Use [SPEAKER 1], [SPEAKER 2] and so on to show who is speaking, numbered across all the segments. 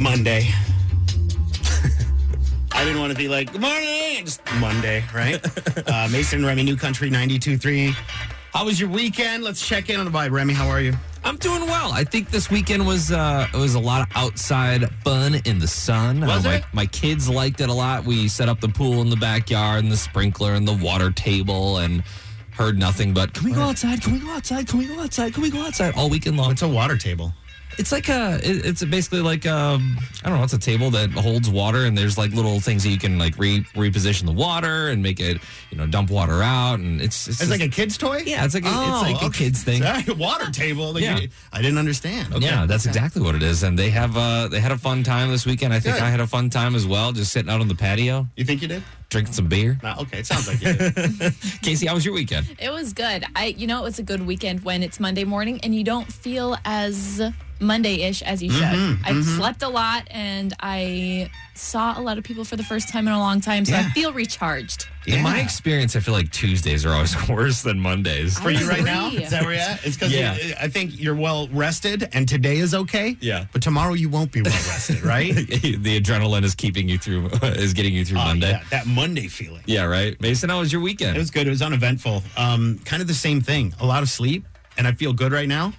[SPEAKER 1] Monday. I didn't want to be like, good morning, just Monday, right? uh, Mason, Remy, New Country, 92.3. How was your weekend? Let's check in on the vibe. Remy, how are you?
[SPEAKER 2] I'm doing well. I think this weekend was uh, it was a lot of outside fun in the sun.
[SPEAKER 1] Was
[SPEAKER 2] Uh, my,
[SPEAKER 1] it?
[SPEAKER 2] my kids liked it a lot. We set up the pool in the backyard and the sprinkler and the water table and heard nothing but "Can we go outside? Can we go outside? Can we go outside? Can we go outside?" all weekend long.
[SPEAKER 1] It's a water table.
[SPEAKER 2] It's like a it- it's basically like um I don't know. It's a table that holds water and there's like little things that you can like re- reposition the water and make it you know dump water out and it's it's,
[SPEAKER 1] It's
[SPEAKER 2] just-
[SPEAKER 1] like a kid's toy?
[SPEAKER 2] yeah it's like a,
[SPEAKER 1] Oh,
[SPEAKER 2] it's like a
[SPEAKER 1] okay.
[SPEAKER 2] kids thing.
[SPEAKER 1] Sorry, water table. Like,
[SPEAKER 2] Yeah.
[SPEAKER 1] you- I didn't understand. Okay.
[SPEAKER 2] Yeah, that's
[SPEAKER 1] Okay.
[SPEAKER 2] exactly what it is. And they have uh they had a fun time this weekend. I think
[SPEAKER 1] Good.
[SPEAKER 2] I had a fun time as well, just sitting out on the patio,
[SPEAKER 1] You think you did?
[SPEAKER 2] drinking some beer.
[SPEAKER 1] No, okay, it sounds like you did.
[SPEAKER 2] Casey, how was your weekend?
[SPEAKER 3] It was good. I, you know, it was a good weekend when it's Monday morning and you don't feel as Monday-ish as you should.
[SPEAKER 1] Mm-hmm,
[SPEAKER 3] I slept a lot and I saw a lot of people for the first time in a long time, so
[SPEAKER 1] Yeah.
[SPEAKER 3] I feel recharged.
[SPEAKER 2] In my
[SPEAKER 1] Yeah.
[SPEAKER 2] experience, I feel like Tuesdays are always worse than Mondays.
[SPEAKER 1] For you right
[SPEAKER 3] agree.
[SPEAKER 1] now? Is that where you're at? It's because
[SPEAKER 2] Yeah.
[SPEAKER 1] I think you're well rested and today is okay.
[SPEAKER 2] Yeah.
[SPEAKER 1] But tomorrow you won't be well rested, right?
[SPEAKER 2] the adrenaline is keeping you through is getting you through
[SPEAKER 1] Oh,
[SPEAKER 2] Monday.
[SPEAKER 1] yeah,
[SPEAKER 2] Yeah.
[SPEAKER 1] that Monday feeling.
[SPEAKER 2] right. Mason, how was your weekend?
[SPEAKER 1] It was good. It was uneventful. Um, kind of the same thing. A lot of sleep, and I feel good right now.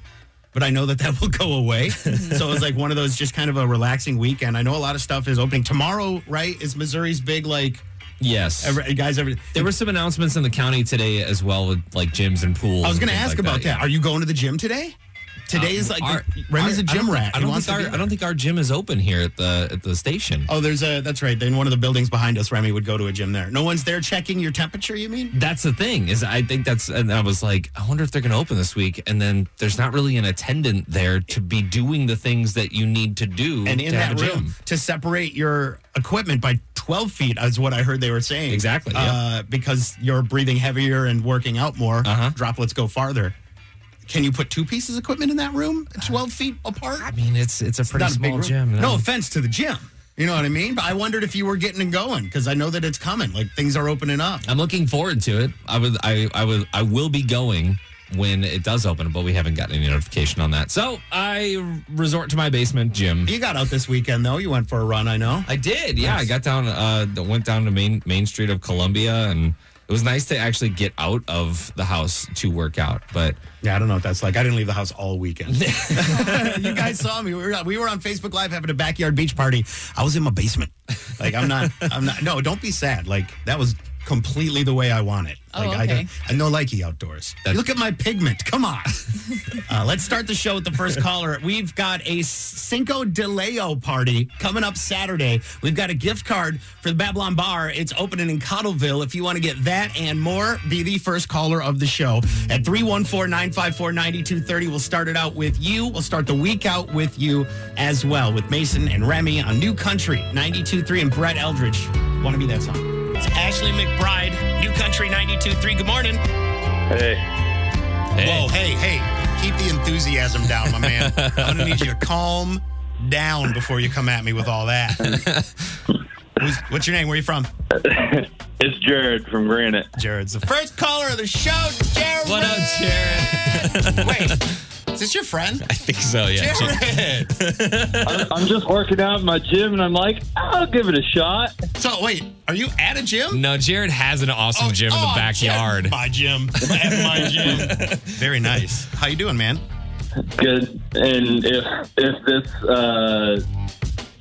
[SPEAKER 1] But I know that that will go away. so it was like one of those just kind of a relaxing weekend. I know a lot of stuff is opening tomorrow. Right? Is Missouri's big like
[SPEAKER 2] yes.
[SPEAKER 1] every, guys? Every
[SPEAKER 2] there were some announcements in the county today as well with like gyms and pools.
[SPEAKER 1] I was
[SPEAKER 2] and
[SPEAKER 1] going to ask
[SPEAKER 2] things like
[SPEAKER 1] about
[SPEAKER 2] yeah. Um,
[SPEAKER 1] that. Are you going to the gym today? Today is like
[SPEAKER 2] Our-
[SPEAKER 1] Remy's a
[SPEAKER 2] our- I don't
[SPEAKER 1] gym
[SPEAKER 2] think-
[SPEAKER 1] rat.
[SPEAKER 2] I
[SPEAKER 1] He
[SPEAKER 2] don't,
[SPEAKER 1] wants
[SPEAKER 2] think
[SPEAKER 1] to be
[SPEAKER 2] our, I
[SPEAKER 1] there.
[SPEAKER 2] don't think our gym is open here at the at the station.
[SPEAKER 1] Oh, there's a that's right. In one of the buildings behind us, Remy would go to a gym there. No one's there checking your temperature. You mean?
[SPEAKER 2] that's the thing is I think that's and I was like I wonder if they're going to open this week and then there's not really an attendant there to be doing the things that you need to do
[SPEAKER 1] and in
[SPEAKER 2] to
[SPEAKER 1] that
[SPEAKER 2] have a
[SPEAKER 1] room
[SPEAKER 2] gym.
[SPEAKER 1] to separate your equipment by 12 feet is what i heard they were saying
[SPEAKER 2] Exactly, yeah.
[SPEAKER 1] uh, because you're breathing heavier and working out more
[SPEAKER 2] Uh-huh.
[SPEAKER 1] droplets go farther can you put two pieces of equipment in that room 12 feet apart
[SPEAKER 2] I mean it's it's a pretty
[SPEAKER 1] Not a big
[SPEAKER 2] small
[SPEAKER 1] room.
[SPEAKER 2] gym. you
[SPEAKER 1] no
[SPEAKER 2] know?
[SPEAKER 1] offense to the gym you know what i mean but i wondered if you were getting and going because i know that it's coming like things are opening up
[SPEAKER 2] I'm looking forward to it. I would I I would I will be going when it does open, but we haven't gotten any notification on that. So I resort to my basement gym.
[SPEAKER 1] you got out this weekend though you went for a run i know
[SPEAKER 2] I did. Yeah, I got down. Uh, went down to main Main Street of Columbia, and it was nice to actually get out of the house to work out. But
[SPEAKER 1] yeah i don't know what that's like i didn't leave the house all weekend you guys saw me. We were, we were on Facebook Live having a backyard beach party. I was in my basement. Like I'm not. I'm not. No, don't be sad. Like that was completely the way I want it.
[SPEAKER 3] Oh,
[SPEAKER 1] Like I
[SPEAKER 3] okay.
[SPEAKER 1] don't. I no likey outdoors.
[SPEAKER 2] That's-
[SPEAKER 1] Look at my pigment. Come on. uh, let's start the show with the first caller. We've got a Cinco de Mayo party coming up Saturday. We've got a gift card for the Babylon Bar. It's opening in Cottleville. If you want to get that and more, be the first caller of the show at 314-954-9230. We'll start it out with you. We'll start the week out with you as well with Mason and Remy on New Country 92.3 and Brett Eldridge. Want to be that song. It's Ashley McBride, New Country 92.3. Good morning.
[SPEAKER 4] Hey,
[SPEAKER 1] Whoa, hey, hey, keep the enthusiasm down, my man. I'm going to need you to calm down before you come at me with all that. Who's- what's your name? Where are you from?
[SPEAKER 4] it's Jared from Granite.
[SPEAKER 1] Jared's the first caller of the show. Jared.
[SPEAKER 2] What up,
[SPEAKER 1] Jared? Wait, is this your friend?
[SPEAKER 2] I think so. Yeah.
[SPEAKER 1] Jared.
[SPEAKER 4] I'm, I'm just working out in my gym, and I'm like, I'll give it a shot.
[SPEAKER 1] So, wait, are you at a gym?
[SPEAKER 2] No, Jared has an awesome gym in the
[SPEAKER 1] oh,
[SPEAKER 2] backyard.
[SPEAKER 1] Jared, My gym. At my gym. Very nice. How you doing, man?
[SPEAKER 4] Good. And if if this uh,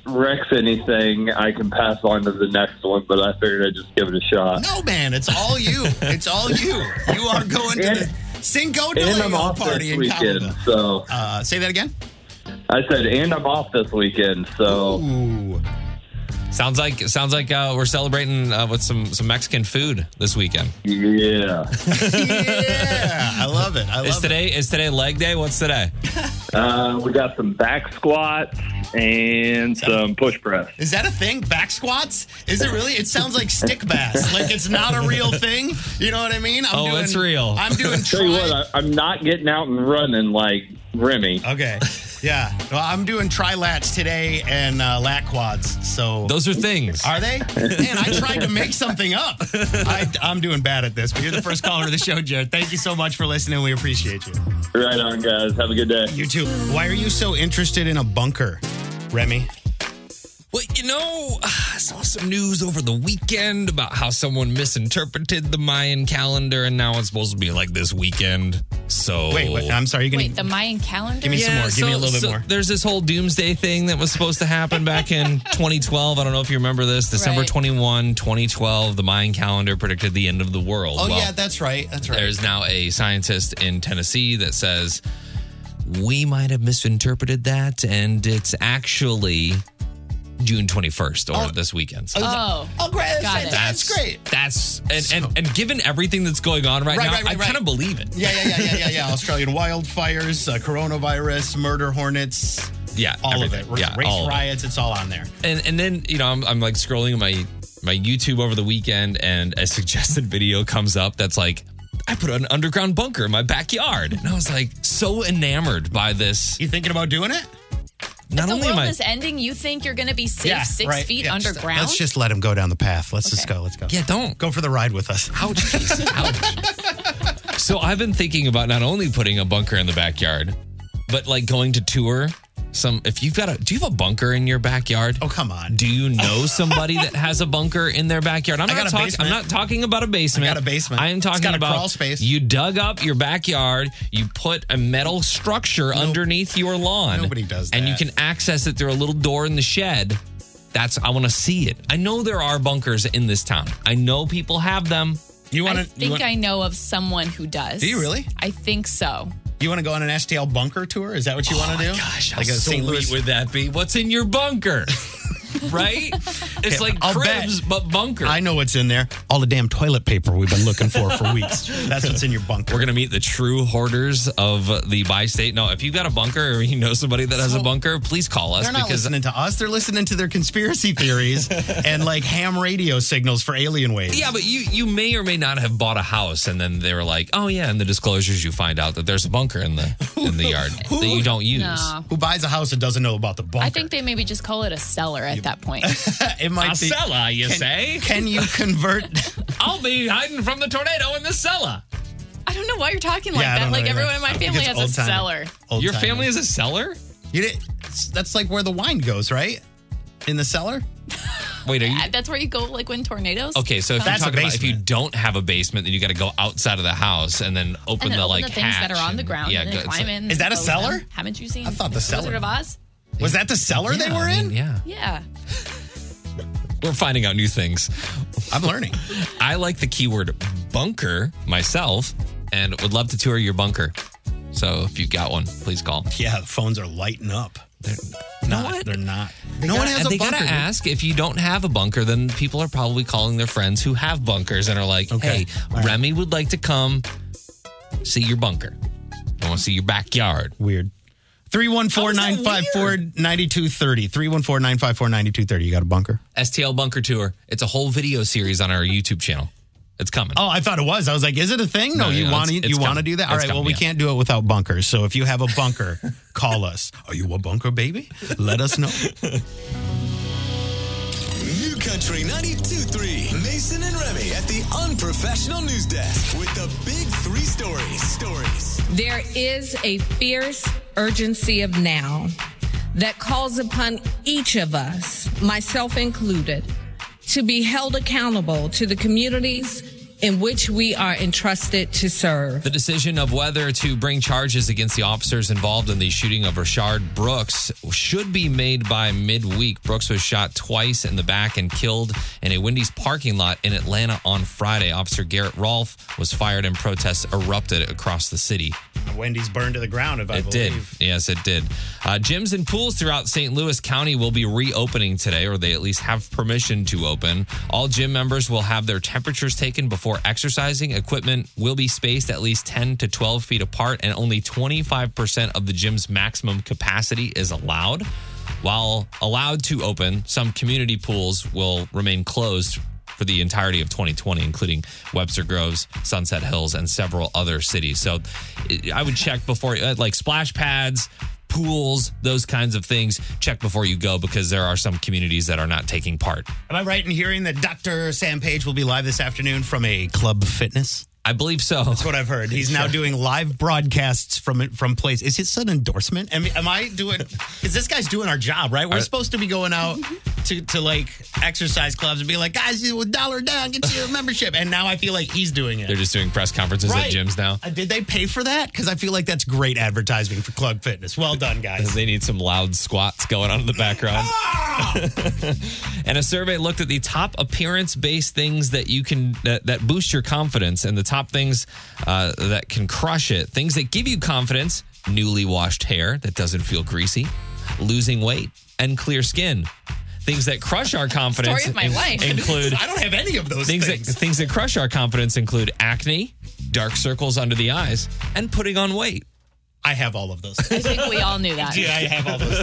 [SPEAKER 4] wrecks anything, I can pass on to the next one. But I figured I'd just give it a shot.
[SPEAKER 1] No, man, it's all you. It's all you. You are going to
[SPEAKER 4] And-
[SPEAKER 1] the Cinco de
[SPEAKER 4] And I'm
[SPEAKER 1] Mayo
[SPEAKER 4] off
[SPEAKER 1] party
[SPEAKER 4] this
[SPEAKER 1] in
[SPEAKER 4] weekend,
[SPEAKER 1] Cabo.
[SPEAKER 4] so
[SPEAKER 1] Uh, say that again.
[SPEAKER 4] I said, and I'm off this weekend, so
[SPEAKER 1] Ooh.
[SPEAKER 2] Sounds like sounds like uh, we're celebrating uh, with some some Mexican food this weekend.
[SPEAKER 4] yeah.
[SPEAKER 1] yeah, I love it. I love
[SPEAKER 2] Is today is today leg day? What's today?
[SPEAKER 4] Uh, we got some back squats and some push press.
[SPEAKER 1] it. Is that a thing? Back squats? Is it really? It sounds like stick bass. like it's not a real thing. You know what I mean? I'm
[SPEAKER 2] Oh,
[SPEAKER 1] doing,
[SPEAKER 2] it's real.
[SPEAKER 1] I'm doing
[SPEAKER 4] Tell you what,
[SPEAKER 1] tri.
[SPEAKER 4] I, I'm not getting out and running like Remy.
[SPEAKER 1] Okay. Yeah. Well, I'm doing tri lats today and uh, lat quads. So
[SPEAKER 2] Those are things.
[SPEAKER 1] Are they? Man, I tried to make something up. I, I'm doing bad at this, but you're the first caller of the show, Jared. Thank you so much for listening. We appreciate you.
[SPEAKER 4] Right on, guys. Have a good day.
[SPEAKER 1] You too. Why are you so interested in a bunker, Remy?
[SPEAKER 2] Well, you know, I saw some news over the weekend about how someone misinterpreted the Mayan calendar, and now it's supposed to be like this weekend. So
[SPEAKER 1] Wait, wait, I'm sorry. You're gonna,
[SPEAKER 3] Wait, the Mayan calendar?
[SPEAKER 1] Give me some more. Give me a little bit more.
[SPEAKER 2] There's this whole doomsday thing that was supposed to happen back in 2012. I don't know if you remember this. December
[SPEAKER 3] Right.
[SPEAKER 2] 21, 2012, the Mayan calendar predicted the end of the world.
[SPEAKER 1] oh
[SPEAKER 2] Well,
[SPEAKER 1] yeah, that's right. That's right.
[SPEAKER 2] there's now a scientist in Tennessee that says we might have misinterpreted that, and it's actually June 21st or
[SPEAKER 1] Oh.
[SPEAKER 2] this weekend. So
[SPEAKER 3] Oh.
[SPEAKER 1] oh, great. That's,
[SPEAKER 3] Got it.
[SPEAKER 1] that's great.
[SPEAKER 2] That's and, and and given everything that's going on right,
[SPEAKER 1] Right,
[SPEAKER 2] now,
[SPEAKER 1] right, right,
[SPEAKER 2] I kind
[SPEAKER 1] right.
[SPEAKER 2] of believe it.
[SPEAKER 1] Yeah, yeah, yeah, yeah, yeah, yeah. Australian wildfires, uh, coronavirus, murder hornets,
[SPEAKER 2] Yeah,
[SPEAKER 1] all
[SPEAKER 2] everything.
[SPEAKER 1] of it.
[SPEAKER 2] Yeah,
[SPEAKER 1] Race
[SPEAKER 2] all of it.
[SPEAKER 1] riots, it's all on there.
[SPEAKER 2] and and then you know I'm, I'm like scrolling my my YouTube over the weekend and a suggested video comes up that's like I put an underground bunker in my backyard and I was like so enamored by this.
[SPEAKER 1] You thinking about doing it?
[SPEAKER 2] Not
[SPEAKER 3] The
[SPEAKER 2] only
[SPEAKER 3] world
[SPEAKER 2] am I
[SPEAKER 3] is ending. You think you're going to be safe six
[SPEAKER 1] right.
[SPEAKER 3] feet
[SPEAKER 1] Yeah, just- uh,
[SPEAKER 3] underground?
[SPEAKER 1] let's just let him go down the path. Let's just
[SPEAKER 3] Okay.
[SPEAKER 1] go. Let's go.
[SPEAKER 2] yeah don't
[SPEAKER 1] Go for the ride with us.
[SPEAKER 2] ouch Jason, ouch. so I've been thinking about not only putting a bunker in the backyard but like going to tour some if you've got a do you have a bunker in your backyard
[SPEAKER 1] Oh, come on.
[SPEAKER 2] Do you know somebody that has a bunker in their backyard? I'm
[SPEAKER 1] I
[SPEAKER 2] not
[SPEAKER 1] got a
[SPEAKER 2] talking. I'm
[SPEAKER 1] basement.
[SPEAKER 2] not talking about a basement.
[SPEAKER 1] I got a basement.
[SPEAKER 2] I am
[SPEAKER 1] It's
[SPEAKER 2] talking
[SPEAKER 1] got a
[SPEAKER 2] about
[SPEAKER 1] crawl space.
[SPEAKER 2] You dug up your backyard. You put a metal structure underneath your lawn.
[SPEAKER 1] Nobody does
[SPEAKER 2] And you
[SPEAKER 1] that.
[SPEAKER 2] can access it through a little door in the shed. That's. I want to see it. I know there are bunkers in this town. I know people have them.
[SPEAKER 1] You want
[SPEAKER 3] I
[SPEAKER 1] to? You
[SPEAKER 3] think
[SPEAKER 1] want,
[SPEAKER 3] I know of someone who does.
[SPEAKER 1] Do you really?
[SPEAKER 3] I think so.
[SPEAKER 1] you want to go on an STL bunker tour? Is that what you want to do?
[SPEAKER 2] Gosh, how
[SPEAKER 1] like a
[SPEAKER 2] sweet
[SPEAKER 1] St. Louis.
[SPEAKER 2] would that be? What's in your bunker? right? It's like
[SPEAKER 1] I'll bet.
[SPEAKER 2] cribs, but bunker.
[SPEAKER 1] I know what's in there. All the damn toilet paper we've been looking for for weeks. That's what's in your bunker.
[SPEAKER 2] We're going to meet the true hoarders of the by state. No, if you've got a bunker or you know somebody that has a bunker, please call us
[SPEAKER 1] They're not
[SPEAKER 2] because
[SPEAKER 1] listening to us. They're listening to their conspiracy theories and like ham radio signals for alien waves.
[SPEAKER 2] yeah, but you you may or may not have bought a house and then they were like, "Oh yeah," and the disclosures you find out that there's a bunker in the in the yard that you don't use.
[SPEAKER 3] No.
[SPEAKER 1] Who buys a house and doesn't know about the bunker?
[SPEAKER 3] I think they maybe just call it a cellar at that point.
[SPEAKER 1] it might
[SPEAKER 2] A
[SPEAKER 1] be.
[SPEAKER 2] cellar, you say?
[SPEAKER 1] Can you convert?
[SPEAKER 2] I'll be hiding from the tornado in the cellar.
[SPEAKER 3] I don't know why you're talking like
[SPEAKER 1] Yeah, I
[SPEAKER 3] that.
[SPEAKER 1] don't
[SPEAKER 3] Like
[SPEAKER 1] know either.
[SPEAKER 3] everyone in my
[SPEAKER 1] I think
[SPEAKER 3] family
[SPEAKER 1] it's
[SPEAKER 3] has a
[SPEAKER 1] old-timey.
[SPEAKER 3] cellar.
[SPEAKER 2] Your
[SPEAKER 1] Old-timey.
[SPEAKER 2] family is a cellar?
[SPEAKER 1] You did, that's like where the wine goes, right? In the cellar?
[SPEAKER 2] Wait, are you
[SPEAKER 3] Uh, That's where you go like when tornadoes.
[SPEAKER 2] Okay, so if
[SPEAKER 1] That's a
[SPEAKER 2] you're talking about if you
[SPEAKER 1] basement.
[SPEAKER 2] don't have a basement, then you got to go outside of the house and then open
[SPEAKER 3] And then
[SPEAKER 2] the
[SPEAKER 3] open
[SPEAKER 2] like
[SPEAKER 3] the things that
[SPEAKER 2] hatch
[SPEAKER 3] are on the
[SPEAKER 2] and-
[SPEAKER 3] ground and
[SPEAKER 2] go-
[SPEAKER 3] then
[SPEAKER 2] it's
[SPEAKER 3] climb
[SPEAKER 2] like-
[SPEAKER 3] in.
[SPEAKER 1] Is that a
[SPEAKER 3] close
[SPEAKER 1] cellar?
[SPEAKER 3] them. Haven't you seen
[SPEAKER 1] I thought the cellar-
[SPEAKER 3] Wizard of Oz?
[SPEAKER 1] Was that the cellar they
[SPEAKER 2] Yeah,
[SPEAKER 1] were
[SPEAKER 2] I
[SPEAKER 1] in?
[SPEAKER 2] mean, yeah.
[SPEAKER 3] Yeah.
[SPEAKER 2] We're finding out new things.
[SPEAKER 1] I'm learning.
[SPEAKER 2] I like the keyword bunker myself and would love to tour your bunker. So if you've got one, please call.
[SPEAKER 1] Yeah, the phones are lighting up. They're not.
[SPEAKER 2] what?
[SPEAKER 1] They're not. no one has
[SPEAKER 2] and
[SPEAKER 1] a
[SPEAKER 2] they
[SPEAKER 1] bunker.
[SPEAKER 2] gotta ask if you don't have a bunker, then people are probably calling their friends who have bunkers and are like,
[SPEAKER 1] Okay.
[SPEAKER 2] "Hey,
[SPEAKER 1] All right.
[SPEAKER 2] Remy would like to come see your bunker. I want to see your backyard."
[SPEAKER 1] Weird. 314 954 9230. 314 954 9230. You got a bunker?
[SPEAKER 2] STL Bunker Tour. It's a whole video series on our YouTube channel. It's coming.
[SPEAKER 1] Oh, I thought it was. I was like, is it a thing? No,
[SPEAKER 2] No,
[SPEAKER 1] you
[SPEAKER 2] no,
[SPEAKER 1] want
[SPEAKER 2] it's-
[SPEAKER 1] to
[SPEAKER 2] it's
[SPEAKER 1] you want to do
[SPEAKER 2] coming.
[SPEAKER 1] that?
[SPEAKER 2] It's
[SPEAKER 1] All right, well,
[SPEAKER 2] coming,
[SPEAKER 1] we
[SPEAKER 2] yeah.
[SPEAKER 1] can't do it without bunkers. So if you have a bunker, call us. Are you a bunker baby? Let us know.
[SPEAKER 5] New Country 92.3. Mason and Remy at the Unprofessional News Desk with the big three stories. Stories.
[SPEAKER 6] There is a fierce urgency of now that calls upon each of us, myself included, to be held accountable to the communities in which we are entrusted to serve.
[SPEAKER 2] The decision of whether to bring charges against the officers involved in the shooting of Rashard Brooks should be made by midweek. Brooks was shot twice in the back and killed in a Wendy's parking lot in Atlanta on Friday. Officer Garrett Rolfe was fired and protests erupted across the city.
[SPEAKER 1] Wendy's burned to the ground if I
[SPEAKER 2] It did.
[SPEAKER 1] believe.
[SPEAKER 2] Yes, it did. Uh, gyms and pools throughout St. Louis County will be reopening today, or they at least have permission to open. All gym members will have their temperatures taken before exercising. Equipment will be spaced at least 10 to 12 feet apart, and only 25% of the gym's maximum capacity is allowed. While allowed to open, some community pools will remain closed for the entirety of 2020, including Webster Groves, Sunset Hills, and several other cities. So it- I would check before, uh, like splash pads, pools, those kinds of things. Check before you go because there are some communities that are not taking part.
[SPEAKER 1] Am I right in hearing that Dr. Sam Page will be live this afternoon from a club fitness?
[SPEAKER 2] I believe so.
[SPEAKER 1] That's what I've heard. He's now doing live broadcasts from from place. Is this an endorsement? Am, am I doing? Because this guy's doing our job, right? We're supposed to be going out to, to like exercise clubs and be like, guys, you a dollar down, get you a membership. And now I feel like he's doing it.
[SPEAKER 2] They're just doing press conferences at gyms now.
[SPEAKER 1] Uh, did they pay for that? Because I feel like that's great advertising for Club Fitness. Well done, guys.
[SPEAKER 2] They need some loud squats going on in the background.
[SPEAKER 1] Ah!
[SPEAKER 2] and a survey looked at the top appearance-based things that you can that, that boost your confidence, and the top things uh, that can crush it. Things that give you confidence: newly washed hair that doesn't feel greasy, losing weight, and clear skin. Things that crush our confidence
[SPEAKER 3] Story of my
[SPEAKER 2] in-
[SPEAKER 3] life.
[SPEAKER 2] include
[SPEAKER 1] I don't have any of those
[SPEAKER 2] things
[SPEAKER 1] things.
[SPEAKER 2] that things that crush our confidence include acne, dark circles under the eyes, and putting on weight.
[SPEAKER 1] I have all of those.
[SPEAKER 3] I think we all knew that.
[SPEAKER 1] Dude, I have all those.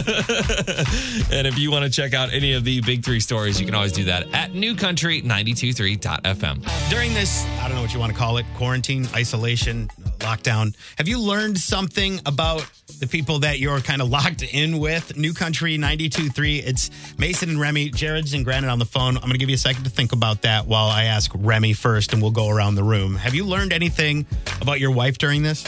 [SPEAKER 2] And if you want to check out any of the big three stories, you can always do that at newcountry923.fm.
[SPEAKER 1] During this, I don't know what you want to call it quarantine, isolation, lockdown. Have you learned something about the people that you're kind of locked in with? New Country 92.3. It's Mason and Remy. Jared's and Granite on the phone. I'm going to give you a second to think about that while I ask Remy first and we'll go around the room. Have you learned anything about your wife during this?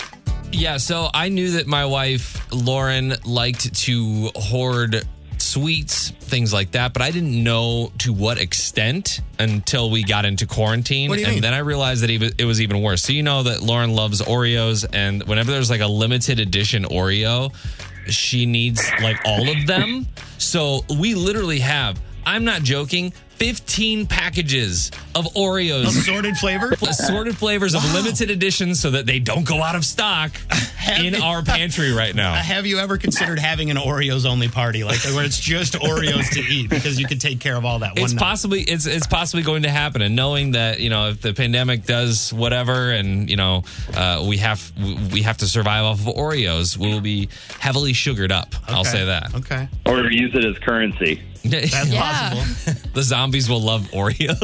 [SPEAKER 2] Yeah, so I knew that my wife, Lauren, liked to hoard sweets, things like that, but I didn't know to what extent until we got into quarantine.
[SPEAKER 1] What do you
[SPEAKER 2] and
[SPEAKER 1] mean?
[SPEAKER 2] then I realized that even- it was even worse. So, you know that Lauren loves Oreos, and whenever there's like a limited edition Oreo, she needs like all of them. So, we literally have, I'm not joking, 15 packages of Oreos
[SPEAKER 1] Assorted flavor?
[SPEAKER 2] assorted flavors of limited editions so that they don't go out of stock in our pantry right now.
[SPEAKER 1] Have you ever considered having an Oreos only party, like where it's just Oreos to eat because you can take care of all that
[SPEAKER 2] It's
[SPEAKER 1] one night?
[SPEAKER 2] possibly it's it's possibly going to happen, and knowing that you know if the pandemic does whatever, and you know uh, we have we have to survive off of Oreos, we will be heavily sugared up. I'll
[SPEAKER 1] Okay.
[SPEAKER 2] say that.
[SPEAKER 1] Okay.
[SPEAKER 7] or use it as currency.
[SPEAKER 1] That's
[SPEAKER 3] Yeah.
[SPEAKER 1] possible.
[SPEAKER 2] the zombies will love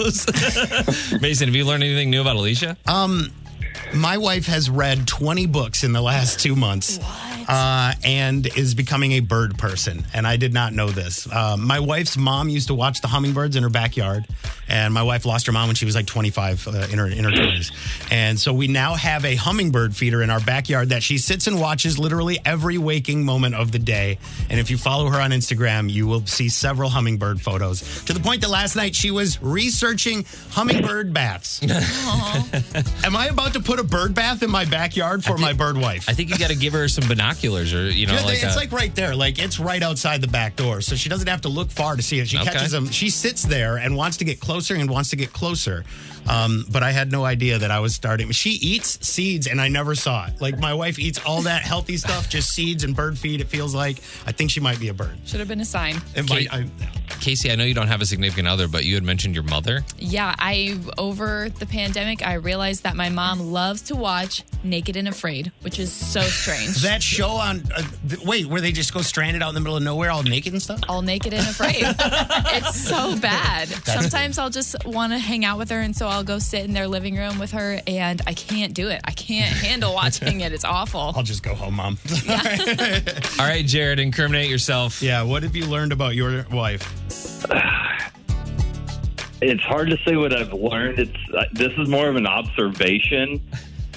[SPEAKER 2] Oreos. Mason, have you learned anything new about Alicia?
[SPEAKER 1] Uh, My wife has read 20 books in the last two months. Uh, and is becoming a bird person. And I did not know this. Uh, my wife's mom used to watch the hummingbirds in her backyard. And my wife lost her mom when she was like 25 uh, in her in her 20s. And so we now have a hummingbird feeder in our backyard that she sits and watches literally every waking moment of the day. And if you follow her on Instagram, you will see several hummingbird photos. To the point that last night she was researching hummingbird baths. Am I about to put a bird bath in my backyard for my bird wife?
[SPEAKER 2] I think you got to give her some binoculars, or you know,
[SPEAKER 1] Yeah, they-
[SPEAKER 2] like, uh,
[SPEAKER 1] it's
[SPEAKER 2] a-
[SPEAKER 1] like right there. Like it's right outside the back door. So she doesn't have to look far to see it. She
[SPEAKER 2] Okay.
[SPEAKER 1] catches them. She sits there and wants to get closer and wants to get closer. Um, but I had no idea that I was starting. She eats seeds and I never saw it. Like my wife eats all that healthy stuff, just seeds and bird feed, it feels like. I think she might be a bird.
[SPEAKER 3] Should have been a sign.
[SPEAKER 1] It
[SPEAKER 2] Kate-
[SPEAKER 1] might, I,
[SPEAKER 2] Casey. I know you don't have a significant other, but you had mentioned your mother.
[SPEAKER 3] Yeah, I over the pandemic, I realized that my mom loves to watch Naked and Afraid, which is so strange.
[SPEAKER 1] that show on, uh, th- wait, where they just go stranded out in the middle of nowhere all naked and stuff?
[SPEAKER 3] all naked and afraid. it's so bad. Sometimes I'll just want to hang out with her, and so I'll go sit in their living room with her, and I can't do it. I can't handle watching it. It's awful.
[SPEAKER 1] I'll just go home, mom.
[SPEAKER 2] All right, Jared, incriminate yourself.
[SPEAKER 1] yeah, what have you learned about your wife?
[SPEAKER 7] It's hard to say what I've learned. It's uh, this is more of an observation,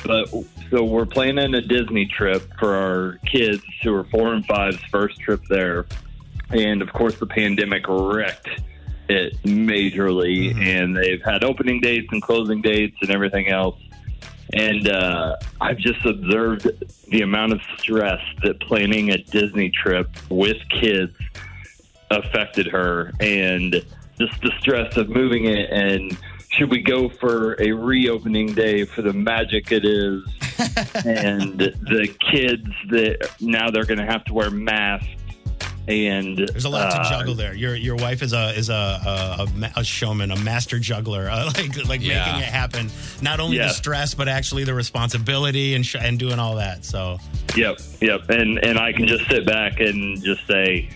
[SPEAKER 7] but so we're planning a Disney trip for our kids who are four and five's first trip there, and of course the pandemic wrecked it majorly,
[SPEAKER 1] Mm-hmm.
[SPEAKER 7] and they've had opening dates and closing dates and everything else. And uh, I've just observed the amount of stress that planning a Disney trip with kids affected her and just the stress of moving it and should we go for a reopening day for the magic it is and the kids that now they're going to have to wear masks and
[SPEAKER 1] There's a lot
[SPEAKER 7] uh,
[SPEAKER 1] to juggle there. Your your wife is a is a a, a, ma- a showman, a master juggler, uh, like like
[SPEAKER 2] Yeah.
[SPEAKER 1] making it happen. Not only
[SPEAKER 7] Yeah.
[SPEAKER 1] the stress, but actually the responsibility and sh- and doing all that. So
[SPEAKER 7] Yep, yep. And and I can just sit back and just say,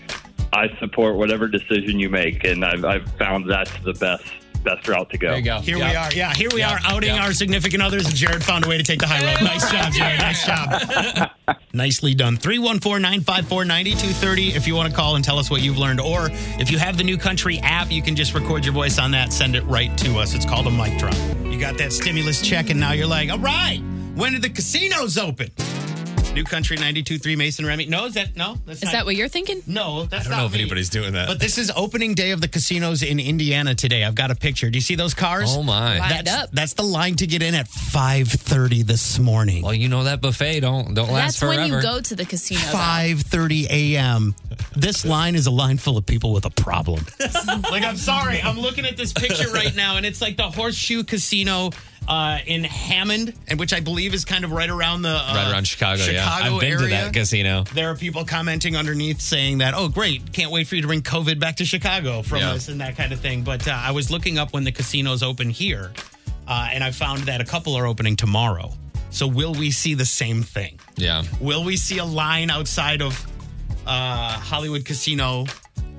[SPEAKER 7] I support whatever decision you make, and I've, I've found that's the best best route to go.
[SPEAKER 2] There you go.
[SPEAKER 1] here
[SPEAKER 2] Yeah.
[SPEAKER 1] we are. Yeah, here we
[SPEAKER 2] Yeah.
[SPEAKER 1] are outing
[SPEAKER 2] Yeah.
[SPEAKER 1] our significant others. And Jared found a way to take the high road. Nice job, Jared. Nice job. Nicely done. 314 954 9230 if you want to call and tell us what you've learned. Or if you have the New Country app, you can just record your voice on that, send it right to us. It's called a mic drop. You got that stimulus check, and now you're like, all right, when did the casinos open? New Country 92.3 Mason Remy. No, is that no? That's
[SPEAKER 3] Is
[SPEAKER 1] not-
[SPEAKER 3] that what you're thinking?
[SPEAKER 1] No, that's
[SPEAKER 2] I don't
[SPEAKER 1] not
[SPEAKER 2] know if
[SPEAKER 1] me.
[SPEAKER 2] anybody's doing that.
[SPEAKER 1] But this is opening day of the casinos in Indiana today. I've got a picture. Do you see those cars?
[SPEAKER 2] oh my!
[SPEAKER 3] Lined
[SPEAKER 1] That's,
[SPEAKER 3] up.
[SPEAKER 1] that's the line to get in at 5:30 this morning.
[SPEAKER 2] Well, you know that buffet don't don't last
[SPEAKER 3] That's
[SPEAKER 2] forever.
[SPEAKER 3] when you go to the casino. though.
[SPEAKER 1] 5:30 a.m. This line is a line full of people with a problem. like I'm sorry, I'm looking at this picture right now, and it's like the Horseshoe Casino uh, in Hammond, and which I believe is kind of right around the uh,
[SPEAKER 2] right around Chicago. yeah, I've been
[SPEAKER 1] area.
[SPEAKER 2] to that casino.
[SPEAKER 1] There are people commenting underneath saying that, oh, great, can't wait for you to bring COVID back to Chicago from
[SPEAKER 2] Yeah.
[SPEAKER 1] us and that kind of thing. But uh, I was looking up when the casinos open here, uh, and I found that a couple are opening tomorrow. So will we see the same thing?
[SPEAKER 2] Yeah,
[SPEAKER 1] Will we see a line outside of uh, Hollywood Casino